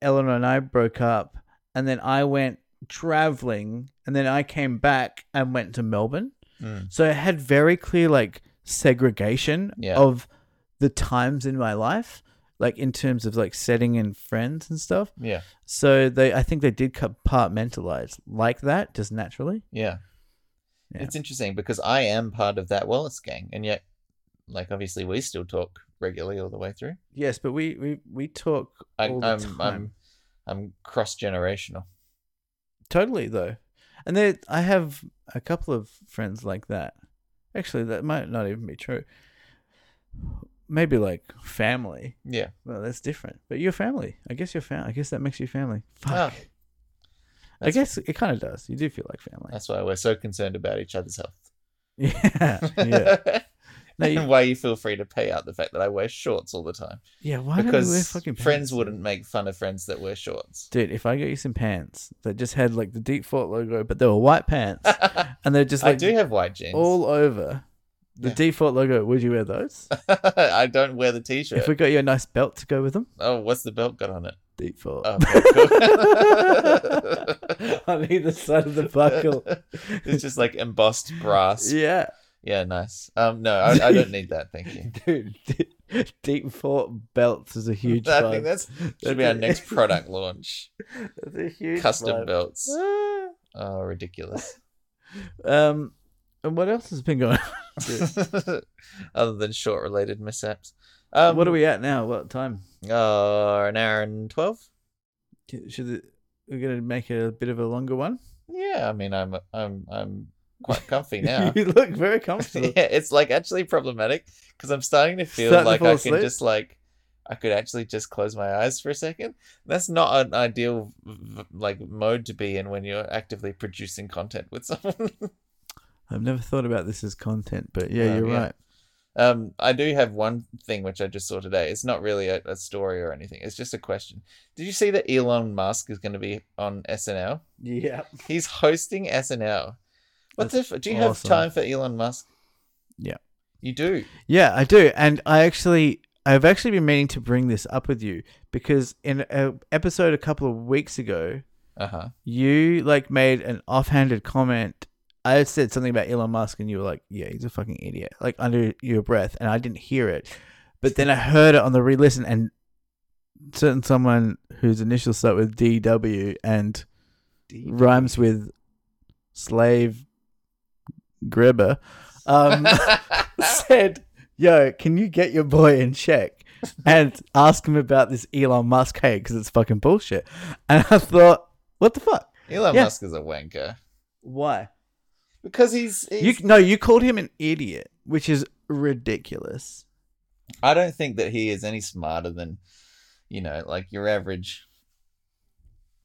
S1: Eleanor and I broke up and then I went traveling and then I came back and went to Melbourne.
S2: Mm.
S1: So it had very clear like segregation
S2: Yeah.
S1: of the times in my life, like in terms of like setting and friends and stuff.
S2: Yeah.
S1: So they, I think they did compartmentalize like that just naturally.
S2: Yeah.
S1: Yeah.
S2: It's interesting because I am part of that Wallace gang, and yet, like, obviously, we still talk regularly all the way through.
S1: Yes, but we we we talk
S2: I,
S1: all
S2: I'm,
S1: the
S2: I'm,
S1: time.
S2: I'm, cross generational.
S1: Totally though, and there I have a couple of friends like that. Actually, that might not even be true. Maybe like family.
S2: Yeah.
S1: Well, that's different. But you're family. I guess you're family. I guess that makes you family. Fuck.
S2: Ah,
S1: I guess it kind of does. You do feel like family.
S2: That's why we're so concerned about each other's health.
S1: Yeah. Yeah. No,
S2: and
S1: you,
S2: why you feel free to pay out the fact that I wear shorts all the time.
S1: yeah. Why don't we wear
S2: because
S1: fucking pants?
S2: friends wouldn't make fun of friends that wear shorts.
S1: Dude, if I got you some pants that just had like the Deep Fort logo, but they were white pants and they're just
S2: I
S1: like
S2: do have white jeans.
S1: all over the
S2: Yeah.
S1: default logo, would you wear those?
S2: I don't wear the t shirt.
S1: If we got you a nice belt to go with them,
S2: Oh, what's the belt got on it?
S1: default.
S2: Oh, okay, cool.
S1: On either side of the buckle.
S2: it's just like embossed brass. Yeah,
S1: Yeah,
S2: nice. Um, no, I, I don't need that. Thank you.
S1: dude. De- deep fort belts is a huge
S2: I
S1: vibe.
S2: think that's should be our next product launch.
S1: That's a huge
S2: Custom
S1: vibe.
S2: belts.
S1: Ah.
S2: Oh, ridiculous.
S1: Um, and what else has been going on? dude?
S2: Other than short related mishaps. Um,
S1: what are we at now? What time?
S2: Uh, an hour and twelve.
S1: Should it, we're gonna make a bit of a longer one?
S2: Yeah, I mean, I'm I'm I'm quite comfy now.
S1: you look very
S2: yeah,
S1: comfortable.
S2: it's like actually problematic because I'm starting to feel
S1: Starting to
S2: like
S1: fall
S2: I
S1: asleep?
S2: can just like I could actually just close my eyes for a second. That's not an ideal v- like mode to be in when you're actively producing content with someone.
S1: I've never thought about this as content, but yeah,
S2: Oh,
S1: you're
S2: yeah.
S1: right.
S2: um, I do have one thing which I just saw today. It's not really a, a story or anything. It's just a question. Did you see that Elon Musk is going to be on SNL?
S1: Yeah.
S2: He's hosting SNL. What the?
S1: That's
S2: F- do you have
S1: awesome.
S2: time for Elon Musk?
S1: Yeah.
S2: you do.
S1: Yeah, I do, and I actually, I've actually been meaning to bring this up with you because in an episode a couple of weeks ago,
S2: Uh huh.
S1: you like made an offhanded comment. I had said something about Elon Musk, and you were like, "Yeah, he's a fucking idiot," like under your breath, and I didn't hear it. But then I heard it on the re-listen, and certain someone whose initials start with DW and rhymes with slave gribber um, said, "Yo, can you get your boy in check and ask him about this Elon Musk hate because it's fucking bullshit?" And I thought, "What the fuck?
S2: Elon
S1: Yeah.
S2: Musk is a wanker
S1: Why?
S2: because he's.
S1: You
S2: he's
S1: no, you called him an idiot, which is ridiculous."
S2: I don't think that he is any smarter than, you know, like your average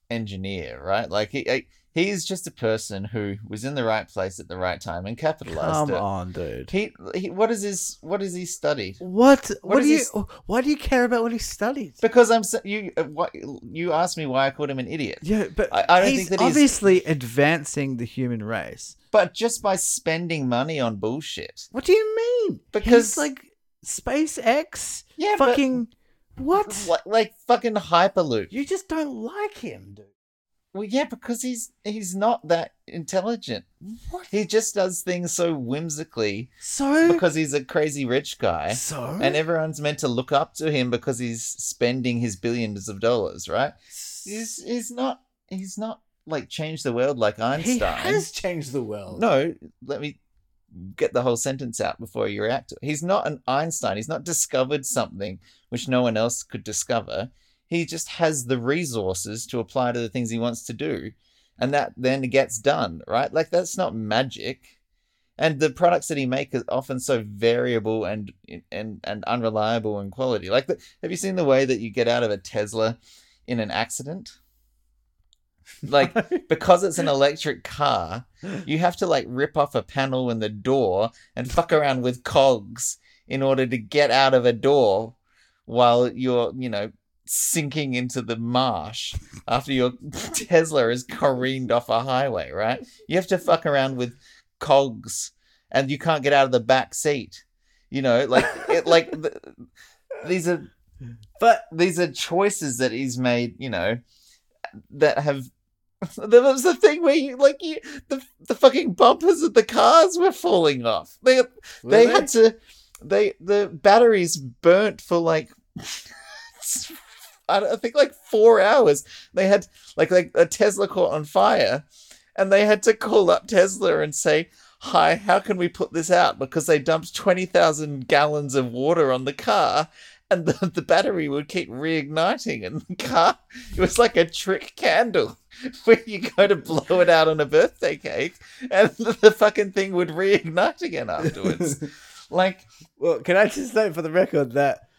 S2: engineer, right? Like he. he He's just a person who was in the right place at the right time and capitalized
S1: Come
S2: it.
S1: on, dude.
S2: He, he, what is his, what does he study?
S1: What? What,
S2: What
S1: do you?
S2: is
S1: Why do you care about what he studied?
S2: Because I'm, s- you, uh, what, you asked me why I called him an idiot.
S1: yeah, but
S2: I- I don't
S1: he's
S2: think that he's-
S1: obviously advancing the human race.
S2: But just by spending money on bullshit.
S1: What do you mean?
S2: Because-
S1: He's like SpaceX,
S2: Yeah, but-
S1: fucking what?
S2: Like, like fucking Hyperloop.
S1: You just don't like him, dude.
S2: Well, yeah, because he's he's not that intelligent.
S1: What?
S2: He just does things so whimsically
S1: So
S2: because he's a crazy rich guy,
S1: so
S2: and everyone's meant to look up to him because he's spending his billions of dollars, right? He's he's not he's not like changed the world like
S1: he
S2: Einstein.
S1: has changed the world.
S2: No, let me get the whole sentence out before you react. to it. He's not an Einstein. He's not discovered something which no one else could discover. He just has the resources to apply to the things he wants to do, and that then gets done, right? Like that's not magic. And the products that he makes are often so variable and and and unreliable in quality. Like, the, have you seen the way that you get out of a Tesla in an accident? Like, because it's an electric car, you have to like rip off a panel in the door and fuck around with cogs in order to get out of a door while you're, you know, sinking into the marsh after your Tesla is careened off a highway, right? You have to fuck around with cogs and you can't get out of the back seat. You know, like it like th- these are
S1: but
S2: these are choices that he's made, you know, that have. There was the thing where you like you the the fucking bumpers of the cars were falling off. They they had to they the batteries burnt for like I, don't- I think like four hours. They had like like a Tesla caught on fire, and they had to call up Tesla and say, "Hi, how can we put this out?" Because they dumped twenty thousand gallons of water on the car. And the, the battery would keep reigniting, and the car, it was like a trick candle where you go to blow it out on a birthday cake, and the, the fucking thing would reignite again afterwards. like,
S1: Well, can I just note for the record that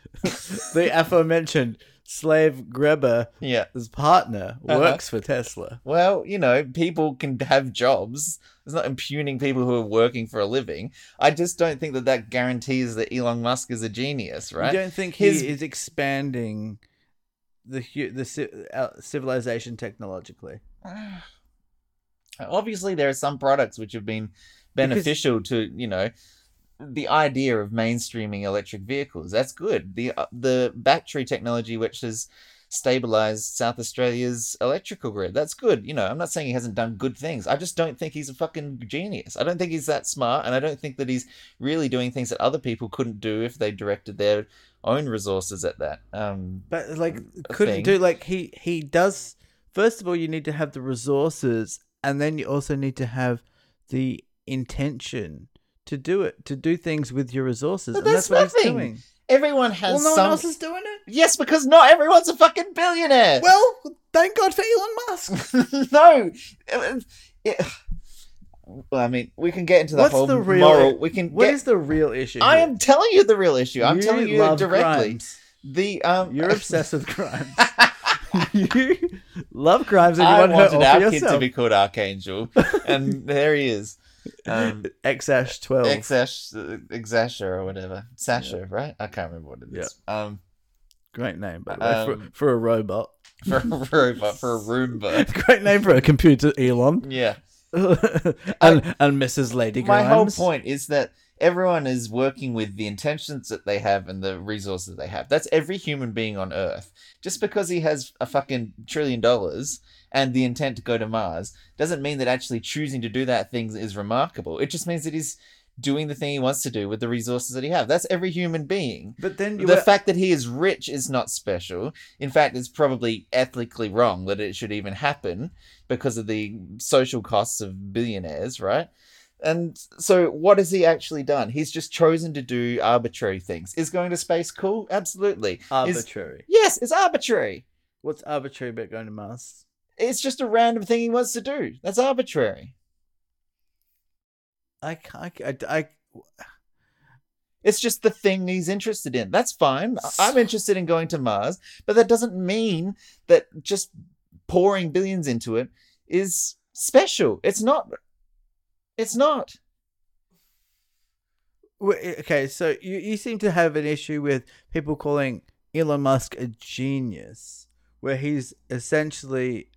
S1: the aforementioned slave grabber,
S2: yeah.
S1: his partner,
S2: Uh-huh.
S1: works for Tesla.
S2: Well, you know, people can have jobs. It's not impugning people who are working for a living. I just don't think that that guarantees that Elon Musk is a genius, right?
S1: You don't think
S2: His-
S1: he is expanding the hu- the ci- uh, civilization technologically?
S2: Obviously, there are some products which have been beneficial to you know the idea of mainstreaming electric vehicles. That's good. The uh, the battery technology which has stabilized South Australia's electrical grid. That's good. You know, I'm not saying he hasn't done good things. I just don't think he's a fucking genius. I don't think he's that smart, and I don't think that he's really doing things that other people couldn't do if they directed their own resources at that. Um,
S1: But like,
S2: a
S1: couldn't
S2: thing.
S1: do like he he does. First of all, you need to have the resources, and then you also need to have the intention to do it, to do things with your resources,
S2: But
S1: and that's,
S2: that's
S1: what he's
S2: nothing.
S1: doing.
S2: everyone has
S1: well, no
S2: some.
S1: one else is doing it.
S2: Yes, because not everyone's a fucking billionaire.
S1: Well, thank God for Elon Musk.
S2: no. Uh, yeah. Well, I mean, we can get into the
S1: What's
S2: whole
S1: the real-
S2: moral. We can
S1: What
S2: get.
S1: is the real issue?
S2: I
S1: here?
S2: am telling you the real issue. I'm telling you
S1: love
S2: directly.
S1: crimes.
S2: The um,
S1: You're obsessed with crimes. you love crimes and you
S2: I
S1: want her
S2: wanted
S1: all for
S2: our kid to
S1: yourself.
S2: be called Archangel, and there he is. Um,
S1: X 12.
S2: Exash, Exasher or whatever, Sasha, right? I can't remember what it is. Um,
S1: Great name, by the way,
S2: Um,
S1: for, for a robot.
S2: for a robot, for a Roomba.
S1: Great name for a computer, Elon.
S2: Yeah.
S1: and, and Mrs. Lady
S2: my
S1: Grimes.
S2: whole point is that everyone is working with the intentions that they have and the resources they have. That's every human being on Earth. Just because he has a fucking trillion dollars and the intent to go to Mars doesn't mean that actually choosing to do that thing is remarkable. It just means that he's doing the thing he wants to do with the resources that he has. That's every human being.
S1: But then you
S2: The
S1: were-
S2: fact that he is rich is not special. In fact, it's probably ethically wrong that it should even happen because of the social costs of billionaires, right? And so, what has he actually done? He's just chosen to do arbitrary things. Is going to space cool? Absolutely. Is,
S1: arbitrary.
S2: yes, it's arbitrary.
S1: What's arbitrary about going to Mars?
S2: It's just a random thing he wants to do. That's arbitrary.
S1: I can't. I, I,
S2: It's just the thing he's interested in. That's fine. I- I'm interested in going to Mars, but that doesn't mean that just pouring billions into it is special. It's not. It's not.
S1: w- eh, okay, so you, you seem to have an issue with people calling Elon Musk a genius, where he's essentially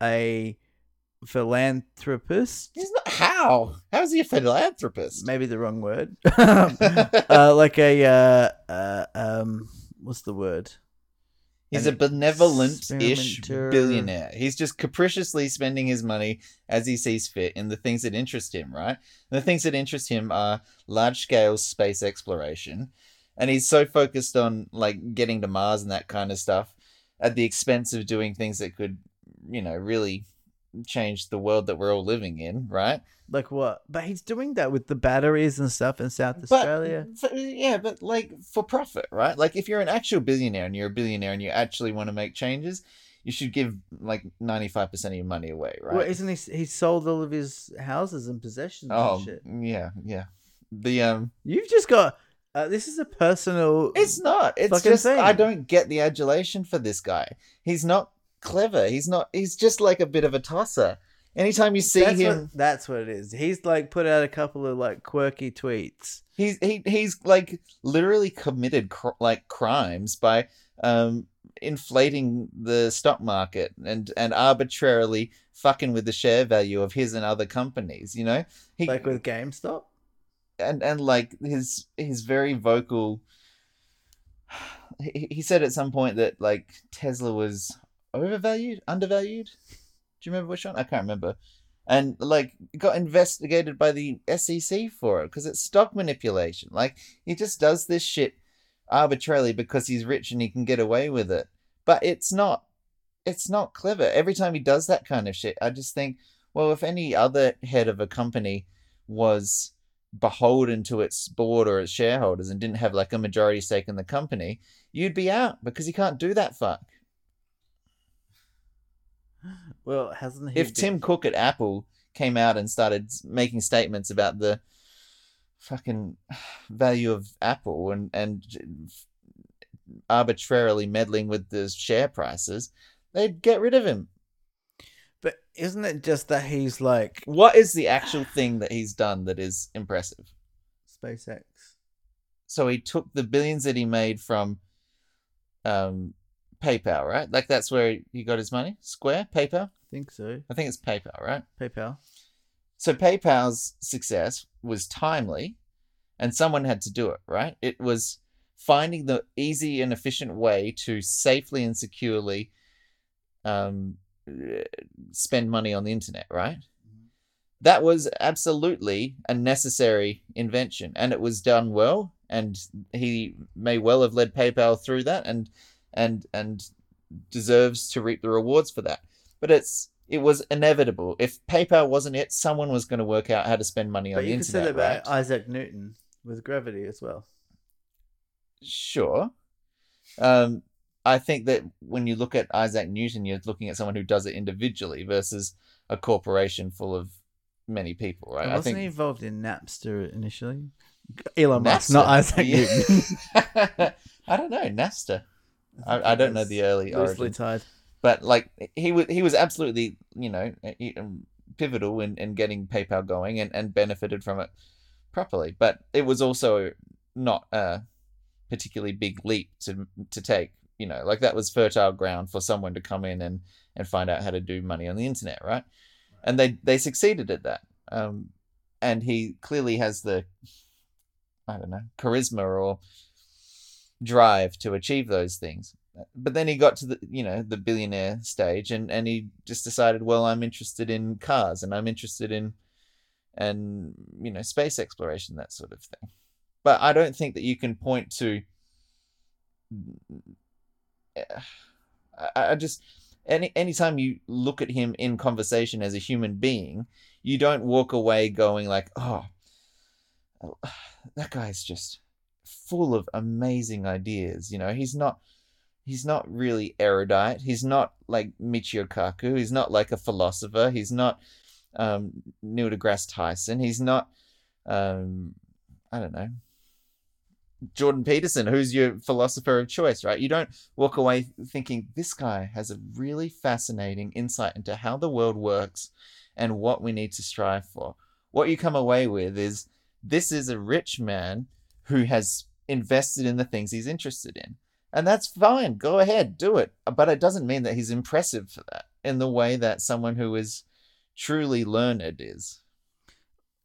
S1: a philanthropist.
S2: He's not. How? How is he a philanthropist?
S1: maybe the wrong word. uh, like a uh, uh, um, what's the word?
S2: He's a
S1: an
S2: benevolent-ish
S1: experimenter.
S2: billionaire. He's just capriciously spending his money as he sees fit in the things that interest him, right? And the things that interest him are large-scale space exploration, and he's so focused on like getting to Mars and that kind of stuff at the expense of doing things that could, you know, really change the world that we're all living in, right?
S1: Like what? But he's doing that with the batteries and stuff in South Australia.
S2: But, f- yeah, but like for profit, right? Like if you're an actual billionaire and you're a billionaire and you actually want to make changes, you should give like 95% of your money away, right?
S1: Well, isn't he? He sold all of his houses and possessions
S2: oh,
S1: and shit.
S2: yeah, yeah. The um
S1: You've just got. Uh, this is a personal.
S2: it's not. It's
S1: Fucking
S2: just
S1: thing.
S2: I don't get the adulation for this guy. He's not clever. He's not he's just like a bit of a tosser. Anytime you see
S1: that's
S2: him
S1: What, that's what it is. He's like put out a couple of like quirky tweets.
S2: He's he he's like literally committed cr- like crimes by um inflating the stock market and and arbitrarily fucking with the share value of his and other companies. You know, he
S1: Like with GameStop,
S2: and and like his his very vocal. He, he said at some point that like Tesla was overvalued, undervalued. Do you remember which one? I can't remember. and like got investigated by the SEC for it because it's stock manipulation. Like he just does this shit arbitrarily because he's rich and he can get away with it. But it's not it's not clever. Every time he does that kind of shit, I just think, well, if any other head of a company was beholden to its board or its shareholders and didn't have like a majority stake in the company, you'd be out because you can't do that fuck.
S1: Well, hasn't he?
S2: if Tim Cook at Apple came out and started making statements about the fucking value of Apple and and arbitrarily meddling with the share prices, they'd get rid of him.
S1: But isn't it just that he's like
S2: What is the actual thing that he's done that is impressive?
S1: SpaceX?
S2: So he took the billions that he made from um PayPal, right? Like that's where he got his money? Square, PayPal?
S1: I think so.
S2: I think it's PayPal, right?
S1: PayPal.
S2: So PayPal's success was timely, and someone had to do it, right? It was finding the easy and efficient way to safely and securely um, spend money on the internet, right?
S1: Mm-hmm.
S2: That was absolutely a necessary invention, and it was done well. And he may well have led PayPal through that, and and and deserves to reap the rewards for that. But it's it was inevitable. If PayPal wasn't it, someone was going to work out how to spend money on
S1: But
S2: the
S1: you could say that
S2: internet,
S1: about
S2: right?
S1: Isaac Newton with gravity as well.
S2: Sure. Um, I think that when you look at Isaac Newton, you're looking at someone who does it individually versus a corporation full of many people, right?
S1: And
S2: I
S1: wasn't
S2: think
S1: he involved in Napster initially? Elon Musk,
S2: Napster-
S1: not Isaac
S2: Yeah.
S1: Newton.
S2: I don't know Napster. I, I don't know the early
S1: loosely
S2: origin,
S1: tied.
S2: but like he was he was absolutely you know he- um, pivotal in, in getting PayPal going and, and benefited from it properly. But it was also not a particularly big leap to to take. You know, like that was fertile ground for someone to come in and and find out how to do money on the internet, right? And they they succeeded at that. Um, and he clearly has the I don't know charisma or drive to achieve those things. But then he got to the you know the billionaire stage, and and he just decided, well, I'm interested in cars, and I'm interested in and you know space exploration that sort of thing but i don't think that you can point to I- i, I just any anytime you look at him in conversation as a human being you don't walk away going like oh that guy's just full of amazing ideas you know he's not he's not really erudite he's not like michio kaku he's not like a philosopher he's not um, Neil deGrasse Tyson. He's not, um, I don't know, Jordan Peterson, who's your philosopher of choice, right? You don't walk away thinking this guy has a really fascinating insight into how the world works and what we need to strive for. What you come away with is this is a rich man who has invested in the things he's interested in. And that's fine. Go ahead, do it. But it doesn't mean that he's impressive for that in the way that someone who is truly learned is.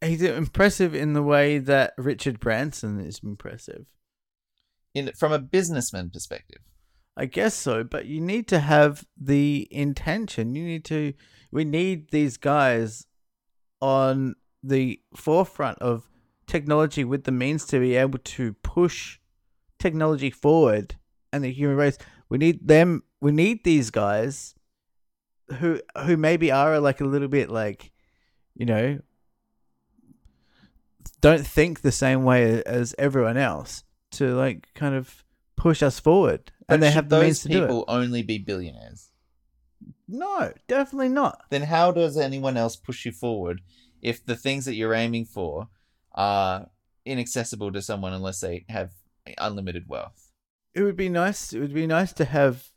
S1: He's impressive in the way that Richard Branson is impressive.
S2: In from a businessman perspective.
S1: I guess so, but you need to have the intention. You need to. We need these guys on the forefront of technology with the means to be able to push technology forward and the human race. We need them. We need these guys who who maybe are like a little bit like, you know, don't think the same way as everyone else to like kind of push us forward and
S2: But
S1: they
S2: should
S1: have the
S2: those
S1: means to do
S2: people
S1: it.
S2: only be billionaires.
S1: No, definitely not.
S2: Then how does anyone else push you forward if the things that you're aiming for are inaccessible to someone unless they have unlimited wealth?
S1: It would be nice. It would be nice to have,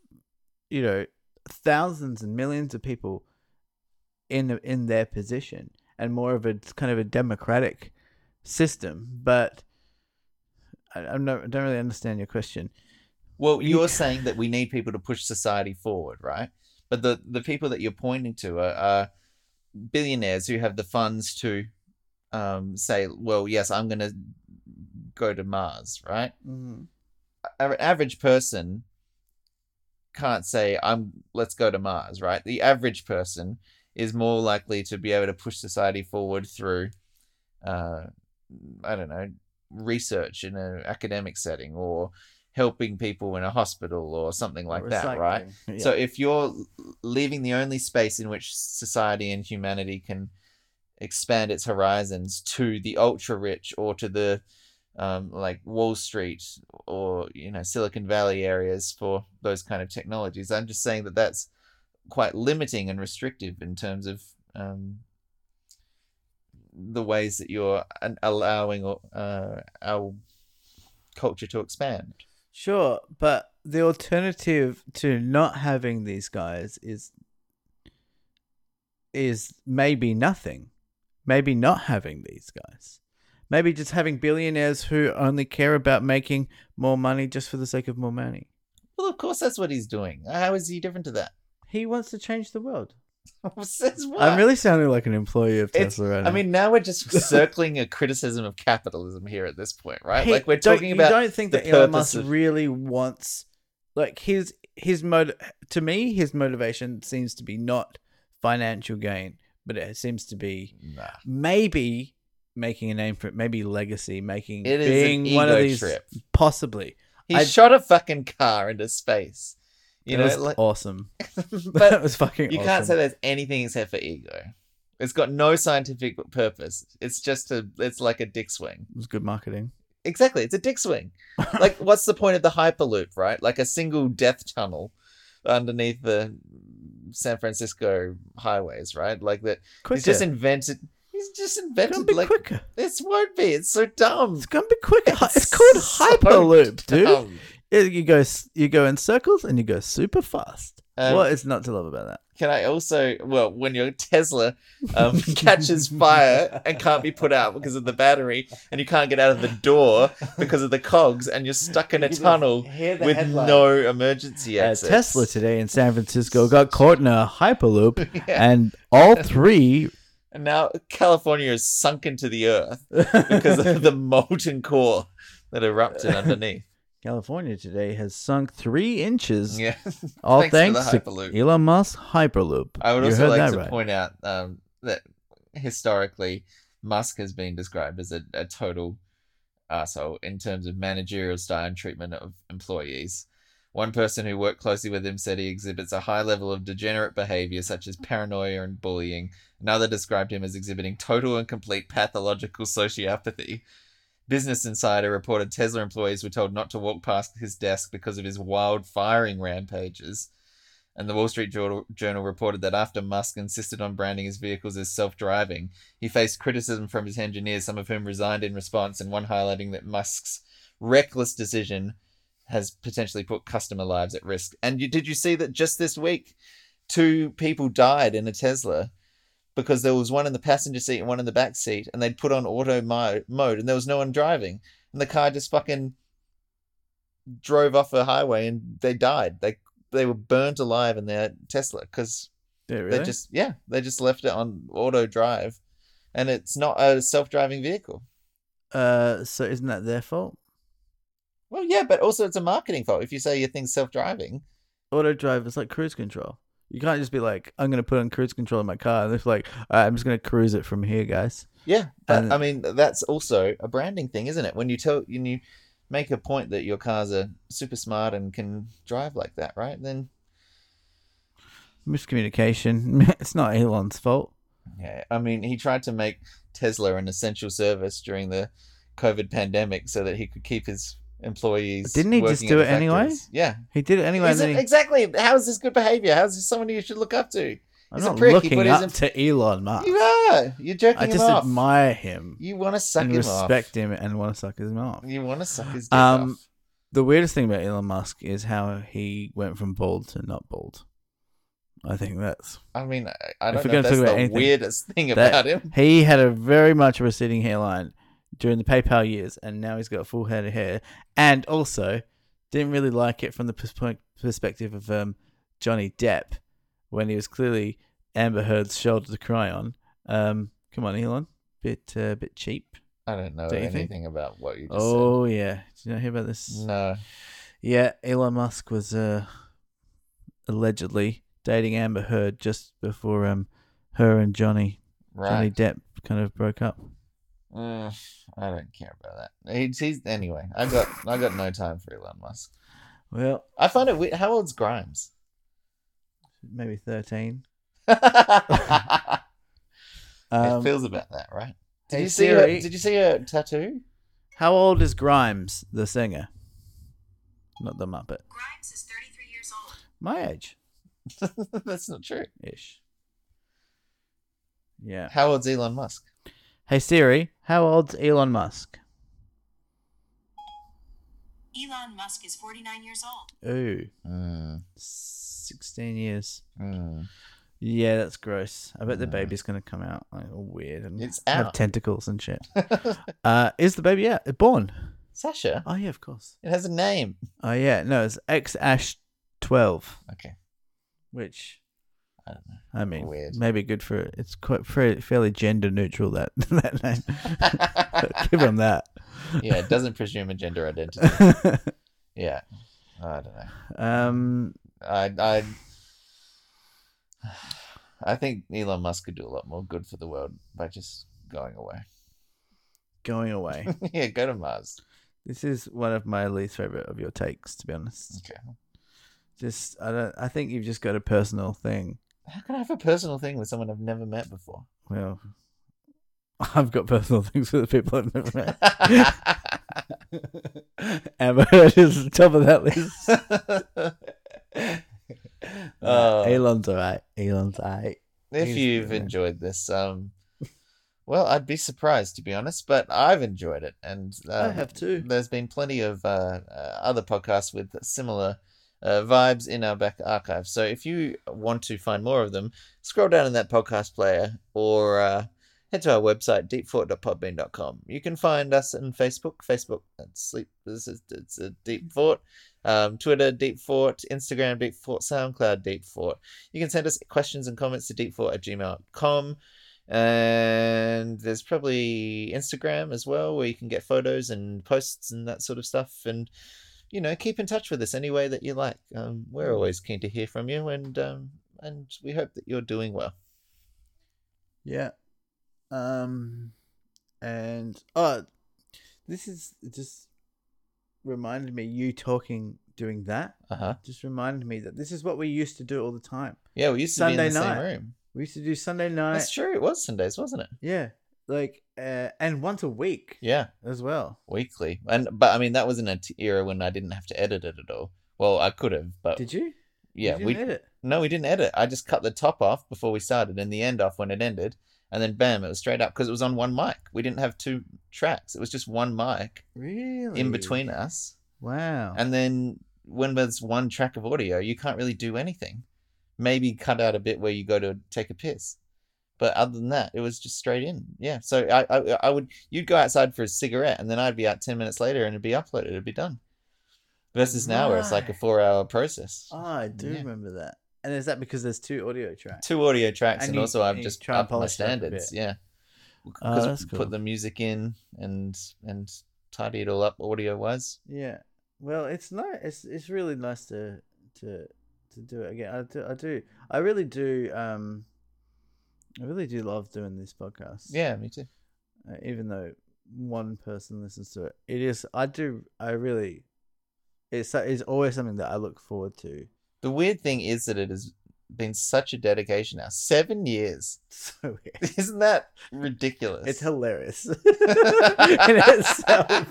S1: you know, thousands and millions of people in in their position and more of a it's kind of a democratic system. But I, I'm not, I don't really understand your question.
S2: Well,
S1: You-
S2: you're saying that we need people to push society forward, right? But the, the people that you're pointing to are, are billionaires who have the funds to um, say, well, yes, I'm going to go to Mars, right?
S1: Mm.
S2: an average person can't say I'm let's go to Mars, right? The average person is more likely to be able to push society forward through, uh, I don't know, research in an academic setting or helping people in a hospital or something like that, right?
S1: Yeah.
S2: So if you're l- leaving the only space in which society and humanity can expand its horizons to the ultra rich or to the um, like Wall Street or you know Silicon Valley areas for those kind of technologies, I'm just saying that that's quite limiting and restrictive in terms of um, the ways that you're an- allowing uh, our culture to expand.
S1: Sure, but the alternative to not having these guys is is maybe nothing. Maybe not having these guys. Maybe just having billionaires who only care about making more money just for the sake of more money.
S2: Well, of course, that's what he's doing. How is he different to that?
S1: He wants to change the world.
S2: Says what?
S1: I'm really sounding like an employee of
S2: It's-
S1: Tesla right
S2: I
S1: now.
S2: mean, now we're just circling a criticism of capitalism here at this point, right?
S1: He-
S2: like we're
S1: don't-
S2: talking
S1: you
S2: about
S1: don't think
S2: the
S1: that Elon
S2: purpose
S1: Musk
S2: of-
S1: really wants like his his mot to me his motivation seems to be not financial gain, but it seems to be
S2: Nah.
S1: maybe making a name for it, maybe legacy, making
S2: It is
S1: being
S2: an ego
S1: one of these
S2: trip.
S1: possibly.
S2: He
S1: I-
S2: shot a fucking car into space. You
S1: it
S2: know,
S1: was
S2: like,
S1: awesome. that
S2: but
S1: was fucking.
S2: you
S1: awesome.
S2: can't say there's anything except for ego. It's got no scientific purpose. It's just a. It's like a dick swing.
S1: It was good marketing.
S2: Exactly, it's a dick swing. like, what's the point of the hyperloop, right? Like a single death tunnel underneath the San Francisco highways, right? Like that.
S1: Quicker.
S2: He's just invented. He's
S1: it's
S2: just
S1: gonna
S2: invented
S1: be
S2: like
S1: quicker.
S2: this won't be. It's so dumb.
S1: It's gonna be quicker. It's, called
S2: so
S1: Hyperloop, dude.
S2: dumb.
S1: Yeah, You go, s- you go in circles, and you go super fast.
S2: Um,
S1: what is not to love about that?
S2: Can I also? Well, when your Tesla um, catches fire and can't be put out because of the battery, and you can't get out of the door because of the cogs, and you're stuck in a tunnel with no emergency
S1: Uh,
S2: exit.
S1: Tesla today in San Francisco got caught in a hyperloop,
S2: Yeah.
S1: and all three
S2: And now California is sunk into the earth because of the molten core that erupted underneath.
S1: California today has sunk three inches.
S2: Yeah.
S1: all
S2: thanks
S1: thanks,
S2: for the
S1: to
S2: Hyperloop.
S1: Elon Musk Hyperloop.
S2: I
S1: You
S2: would also
S1: heard
S2: like
S1: that
S2: to
S1: right.
S2: point out um, that historically, Musk has been described as a, a total asshole in terms of managerial style and treatment of employees. One person who worked closely with him said he exhibits a high level of degenerate behavior, such as paranoia and bullying. Another described him as exhibiting total and complete pathological sociopathy. Business Insider reported Tesla employees were told not to walk past his desk because of his wild firing rampages. And the Wall Street Journal, Journal reported that after Musk insisted on branding his vehicles as self driving, he faced criticism from his engineers, some of whom resigned in response, and one highlighting that Musk's reckless decision has potentially put customer lives at risk. And you, did you see that just this week, two people died in a Tesla because there was one in the passenger seat and one in the back seat, and they'd put on auto mo- mode and there was no one driving. And the car just fucking drove off a highway and they died. They they were burnt alive in their Tesla because
S1: Yeah, really?
S2: they just yeah they just left it on auto drive, and it's not a self driving vehicle.
S1: uh, so isn't that their fault?
S2: Well, yeah, but also it's a marketing fault if you say your thing's self driving.
S1: Auto drive is like cruise control. You can't just be like, I'm gonna put on cruise control in my car, and it's like, "All right, I'm just gonna cruise it from here, guys.
S2: Yeah, but
S1: And-
S2: I mean that's also a branding thing, isn't it? When you tell when you make a point that your cars are super smart and can drive like that, right? Then
S1: Miscommunication. it's not Elon's fault.
S2: Yeah, I mean, he tried to make Tesla an essential service during the COVID pandemic so that he could keep his employees.
S1: Didn't he
S2: working
S1: just do
S2: in the
S1: it anyway?
S2: factories. Yeah.
S1: He did it anyway. and
S2: Is
S1: then
S2: it-
S1: he-
S2: Exactly. How is this good behavior? How is this someone you should look up to?
S1: I'm
S2: He's a
S1: not
S2: prick. He
S1: looking
S2: put his
S1: up
S2: em-
S1: to Elon Musk.
S2: You are. You're jerking
S1: Ah. I
S2: him
S1: just
S2: off.
S1: admire him
S2: You want to suck
S1: and
S2: him
S1: respect him and want to suck his mouth.
S2: off. You want to suck his dick
S1: Um,
S2: off.
S1: The weirdest thing about Elon Musk is how he went from bald to not bald. I think that's
S2: I mean, I- I
S1: if we're
S2: don't know
S1: gonna
S2: if
S1: talk
S2: that's the
S1: about anything,
S2: weirdest thing
S1: that-
S2: about him.
S1: he had a very much of a receding hairline during the PayPal years, and now he's got a full head of hair. And also, didn't really like it from the pers- point- perspective of um, Johnny Depp when he was clearly Amber Heard's shoulder to cry on. Um, come on, Elon, bit uh, bit cheap.
S2: I don't know
S1: Don't you think?
S2: anything about what you just
S1: Oh yeah, did you not hear about this?
S2: said. No.
S1: Yeah, Elon Musk was uh, allegedly dating Amber Heard just before um, her and Johnny Johnny
S2: Right.
S1: Depp kind of broke up.
S2: Uh, I don't care about that. He's, he's anyway. I got I got no time for Elon Musk.
S1: Well,
S2: I find it weird. How old's Grimes?
S1: maybe thirteen.
S2: it
S1: Um,
S2: feels about that, right? Did
S1: hey,
S2: you see her,
S1: Siri.
S2: Did you see her tattoo?
S1: how old is Grimes, the singer? Not the Muppet.
S3: Grimes is 33 years old.
S1: My age
S2: That's not true.
S1: ish. Yeah.
S2: How old's Elon Musk?
S1: Hey Siri, how old's Elon Musk?
S3: Elon Musk is 49 years old.
S1: Ooh,
S2: Mm,
S1: sixteen years.
S2: mm.
S1: Yeah, that's gross. I bet the
S2: Mm.
S1: baby's gonna come out like all weird and
S2: It's
S1: have
S2: out.
S1: tentacles and shit. uh, is the baby out? Born?
S2: Sasha.
S1: Oh yeah, of course.
S2: It has a name.
S1: Oh yeah, no, it's X Ash twelve,
S2: Okay.
S1: which
S2: I don't know.
S1: I mean,
S2: Weird.
S1: maybe good for it's quite fairly, fairly gender neutral that that name. Give him that.
S2: yeah, it doesn't presume a gender identity. Yeah. I don't know.
S1: um,
S2: I I I think Elon Musk could do a lot more good for the world by just going away.
S1: going away.
S2: yeah, go to Mars.
S1: This is one of my least favorite of your takes, to be honest.
S2: Okay.
S1: Just I don't. I think you've just got a personal thing.
S2: How can I have a personal thing with someone I've never met before?
S1: Well, I've got personal things with the people I've never met. Amber Heard is the top of that list.
S2: Oh.
S1: Elon's alright. Elon's alright.
S2: if
S1: He's-
S2: you've
S1: yeah.
S2: enjoyed this, um, well, I'd be surprised to be honest, but I've enjoyed it, and
S1: I
S2: um,
S1: have too.
S2: There's been plenty of uh, uh, other podcasts with similar uh, vibes in our back archive. So if you want to find more of them, scroll down in that podcast player or uh, head to our website deepfort.podbean.com. You can find us on Facebook, Facebook that's sleep. This is it's a deep fort. Um, Twitter, Deep Fort, Instagram, Deep Fort, SoundCloud, Deep Fort. You can send us questions and comments to deepfort at gmail.com. And there's probably Instagram as well, where you can get photos and posts and that sort of stuff. And, you know, keep in touch with us any way that you like. Um,
S1: Mm.
S2: we're always keen to hear from you. And, um, and we hope that you're doing well.
S1: Yeah. Um, and oh, this is it just reminded me you talking doing that
S2: Uh huh.
S1: just reminded me that this is what we used to do all the time.
S2: Yeah, we used to be
S1: Sunday
S2: in the
S1: night.
S2: same room.
S1: We used to do Sunday night.
S2: That's true. It was Sundays, wasn't it?
S1: Yeah, like uh, and once a week
S2: Yeah,
S1: as well.
S2: weekly. And but I mean, that was in an era when I didn't have to edit it at all. Well, I could have, but
S1: Did you?
S2: yeah,
S1: you
S2: we
S1: did it.
S2: No, we didn't edit. I just cut the top off before we started and the end off when it ended. And then bam, it was straight up because it was on one mic. We didn't have two tracks. It was just one mic
S1: Really? Oh.
S2: in between us.
S1: Wow.
S2: And then when there's one track of audio, you can't really do anything. Maybe cut out a bit where you go to take a piss. But other than that, it was just straight in. Yeah. So I, I, I would, you'd go outside for a cigarette and then I'd be out 10 minutes later and it'd be uploaded. It'd be done. Versus now where it's like a
S1: Right.
S2: four hour process.
S1: oh, I do
S2: Yeah.
S1: remember that. And is that because there's two audio tracks?
S2: two audio tracks,
S1: And
S2: and,
S1: you-
S2: also I've
S1: and you
S2: just
S1: try and
S2: upped my
S1: polish it up a
S2: standards.
S1: bit.
S2: Yeah,
S1: Oh,
S2: because
S1: that's cool.
S2: put the music in and and tidy it all up audio wise.
S1: Yeah. Well, it's nice. It's it's really nice to to to do it again. I do. I do. I really do. Um, I really do love doing this podcast.
S2: Yeah, me too.
S1: uh, even though one person listens to it. It is. I do. I really. It's it's always something that I look forward to.
S2: The weird thing is that it has been such a dedication now. Seven years.
S1: So weird.
S2: Isn't that ridiculous?
S1: It's hilarious in itself.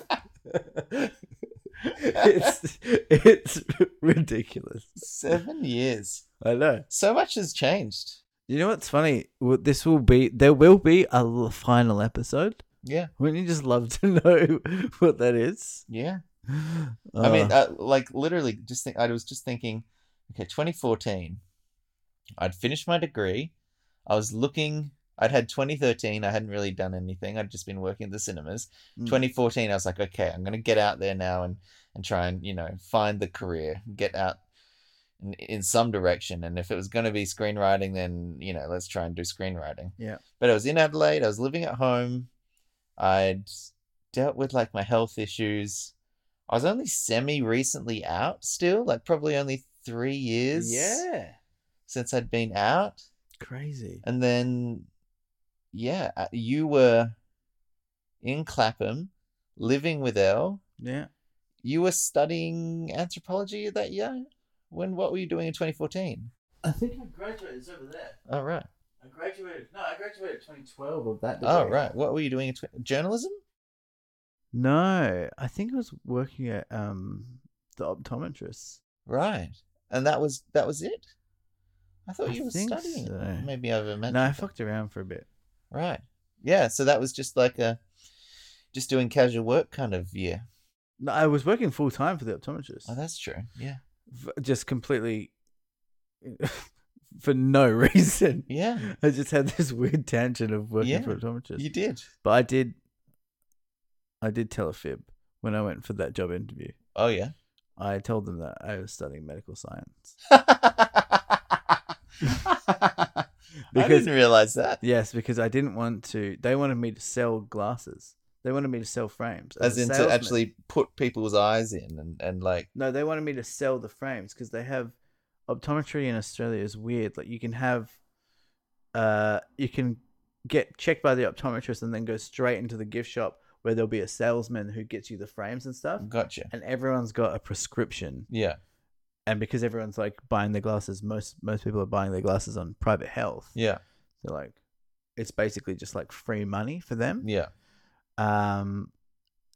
S1: it's it's ridiculous.
S2: Seven years.
S1: I know.
S2: So much has changed.
S1: You know what's funny? Well, This will be there will be a l- final episode.
S2: Yeah,
S1: Wouldn't you just love to know what that is?
S2: yeah. I mean,
S1: Uh,
S2: uh, like literally, just think. I was just thinking, okay, 2014, I'd finished my degree. I was looking. I'd had 2013. I hadn't really done anything. I'd just been working at the cinemas.
S1: Mm.
S2: 2014, I was like, okay, I'm gonna get out there now and and try and you know find the career, get out in, in some direction. And if it was gonna be screenwriting, then you know let's try and do screenwriting.
S1: Yeah.
S2: But I was in Adelaide. I was living at home. I'd dealt with like my health issues. I was only semi recently out still, like probably only three years
S1: yeah.
S2: since I'd been out.
S1: Crazy.
S2: And then, yeah, uh, you were in Clapham, living with Elle.
S1: Yeah.
S2: You were studying anthropology that year. When what were you doing in 2014?
S1: I think I graduated it's over there.
S2: Oh right.
S1: I graduated. No, I graduated 2012 of that.
S2: Oh right. What were you doing in tw- journalism?
S1: No, I think I was working at um the optometrist.
S2: Right. And that was that was it. I thought
S1: I
S2: you were
S1: think
S2: studying.
S1: so.
S2: Maybe I've imagined.
S1: No, I
S2: it.
S1: fucked around for a bit.
S2: Right. Yeah. So that was just like a, just doing casual work kind of year.
S1: No, I was working full time for the optometrist.
S2: Oh, that's true. Yeah.
S1: V- just completely for no reason.
S2: Yeah.
S1: I just had this weird tangent of working
S2: Yeah,
S1: for optometrists.
S2: You did.
S1: But I did I did tell a fib when I went for that job interview.
S2: Oh yeah.
S1: I told them that I was studying medical science.
S2: I
S1: Because-
S2: didn't realize that.
S1: Yes, because I didn't want to they wanted me to sell glasses. They wanted me to sell frames.
S2: As
S1: a
S2: in to
S1: salesman.
S2: actually put people's eyes in and, and like
S1: No, they wanted me to sell the frames because they have optometry in Australia is weird. Like you can have, uh, you can get checked by the optometrist and then go straight into the gift shop where there'll be a salesman who gets you the frames and stuff.
S2: gotcha.
S1: And everyone's got a prescription,
S2: Yeah.
S1: and because everyone's like buying their glasses, most most people are buying their glasses on private health.
S2: Yeah.
S1: They're like, it's basically just like free money for them.
S2: Yeah.
S1: Um,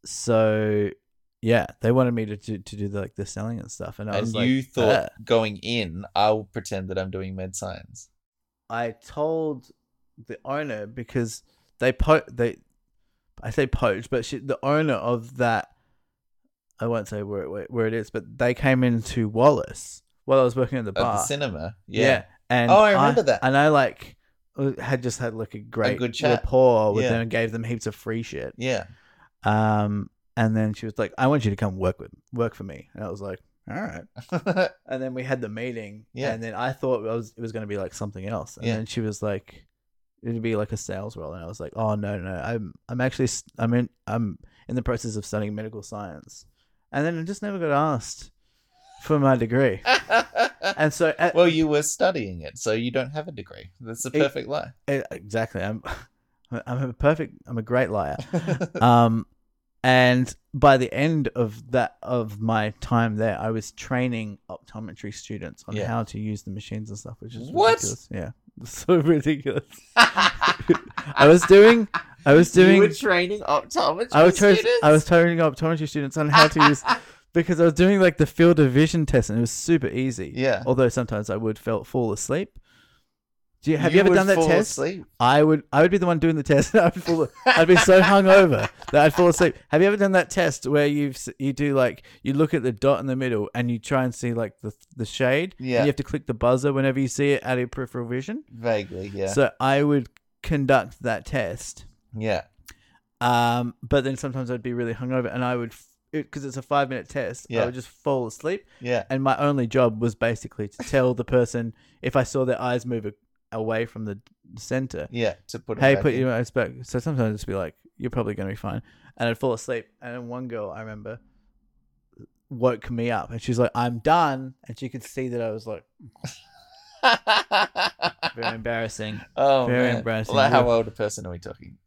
S1: so yeah, they wanted me to to, to do the, like the selling and stuff, and I
S2: And
S1: was like, "Ah."
S2: you thought
S1: "Ugh."
S2: going in, I'll pretend that I'm doing med science.
S1: I told the owner because they po they, I say poached, but she, the owner of that, I won't say where it, where it is, but they came into Wallace while I was working at the
S2: At
S1: bar.
S2: the cinema. Yeah.
S1: and
S2: Oh, I remember that.
S1: And I like uh, had just had like a great
S2: good chat.
S1: rapport with
S2: Yeah.
S1: them and gave them heaps of free shit.
S2: Yeah.
S1: Um, and then she was like, "I want you to come work with work for me," and I was like, "All right." And then we had the meeting,
S2: Yeah.
S1: And then I thought it was, it was going to be like something else, and
S2: Yeah.
S1: then she was like, "It'd be like a sales role," and I was like, "Oh no, no, I'm I'm actually s- I'm in I'm in the process of studying medical science," and then I just never got asked for my degree, and so at,
S2: well, you were studying it, so you don't have a degree. That's a
S1: It-
S2: perfect lie.
S1: eh, exactly, I'm I'm a perfect I'm a great liar. um, and by the end of that of my time there, I was training optometry students on
S2: Yeah.
S1: how to use the machines and stuff, which is
S2: What?
S1: ridiculous. Yeah, so ridiculous. I was doing, I was doing,
S2: You were training optometry
S1: I was tra-
S2: students?
S1: I was training optometry students on how to use because I was doing like the field of vision test, and it was super easy.
S2: Yeah.
S1: Although sometimes I would felt fall asleep. Do you, have you, ever
S2: would
S1: done that
S2: fall
S1: test?
S2: asleep.
S1: I would I would be the one doing the test. I'd, fall, I'd be so hungover that I'd fall asleep. Have you ever done that test where you have you do like you look at the dot in the middle and you try and see like the the shade? and
S2: Yeah.
S1: you have to click the buzzer whenever you see it out of your peripheral vision.
S2: Vaguely, yeah.
S1: So I would conduct that test.
S2: yeah.
S1: Um, but then sometimes I'd be really hungover and I would because it's a five minute test. I
S2: Yeah.
S1: would just fall asleep,
S2: Yeah.
S1: and my only job was basically to tell the person if I saw their eyes move a- away from the center
S2: Yeah. To put it
S1: hey,
S2: back
S1: put
S2: in.
S1: your eyes back. So sometimes I'd just be like, you're probably going to be fine. And I'd fall asleep. And then one girl, I remember, woke me up and she's like, I'm done. And she could see that I was like, very embarrassing.
S2: oh,
S1: Very
S2: man.
S1: embarrassing.
S2: Like, how old a person are we talking?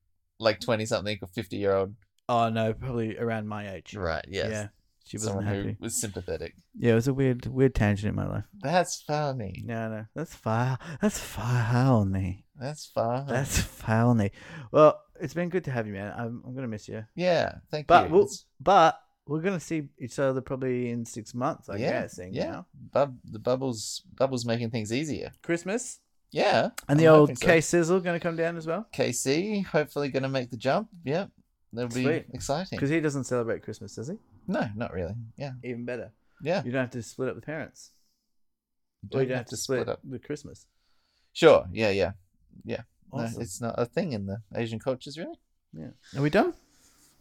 S2: Like 20 something or 50 year old?
S1: Oh, no, probably around my age.
S2: Right, yes.
S1: Yeah. She wasn't
S2: Someone
S1: happy.
S2: who was sympathetic.
S1: Yeah, it was a weird, weird tangent in my life.
S2: That's funny.
S1: No, no, that's far, that's funny.
S2: That's funny.
S1: That's funny. Well, it's been good to have you, man. I'm, I'm gonna miss you.
S2: Yeah. Thank
S1: But
S2: you.
S1: we'll,
S2: It's-
S1: but we're gonna see each other probably in six months. I
S2: Yeah,
S1: guess.
S2: yeah. Bub- the bubbles bubbles making things easier.
S1: Christmas.
S2: Yeah.
S1: And the
S2: I'm
S1: old
S2: hoping so.
S1: K Sizzle gonna come down as well
S2: KC, hopefully going to make the jump. Yep. That'll be
S1: Sweet.
S2: exciting.
S1: because he doesn't celebrate Christmas, does he?
S2: No, not really. Yeah.
S1: Even better.
S2: Yeah.
S1: You don't have to split up the parents. Or you don't have to split up the Christmas.
S2: Sure. Yeah. Yeah. No,
S1: Awesome.
S2: it's not a thing in the Asian cultures, really.
S1: Are we done?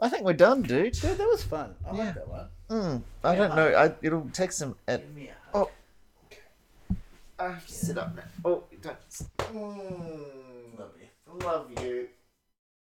S2: I think we're done, dude.
S1: Dude, that was fun. I
S2: Yeah.
S1: like that one.
S2: Mm, I don't know. I, it'll take some. At,
S1: Give me a-
S2: oh. I have to sit up now. Oh, don't. Mm, love you. Love you.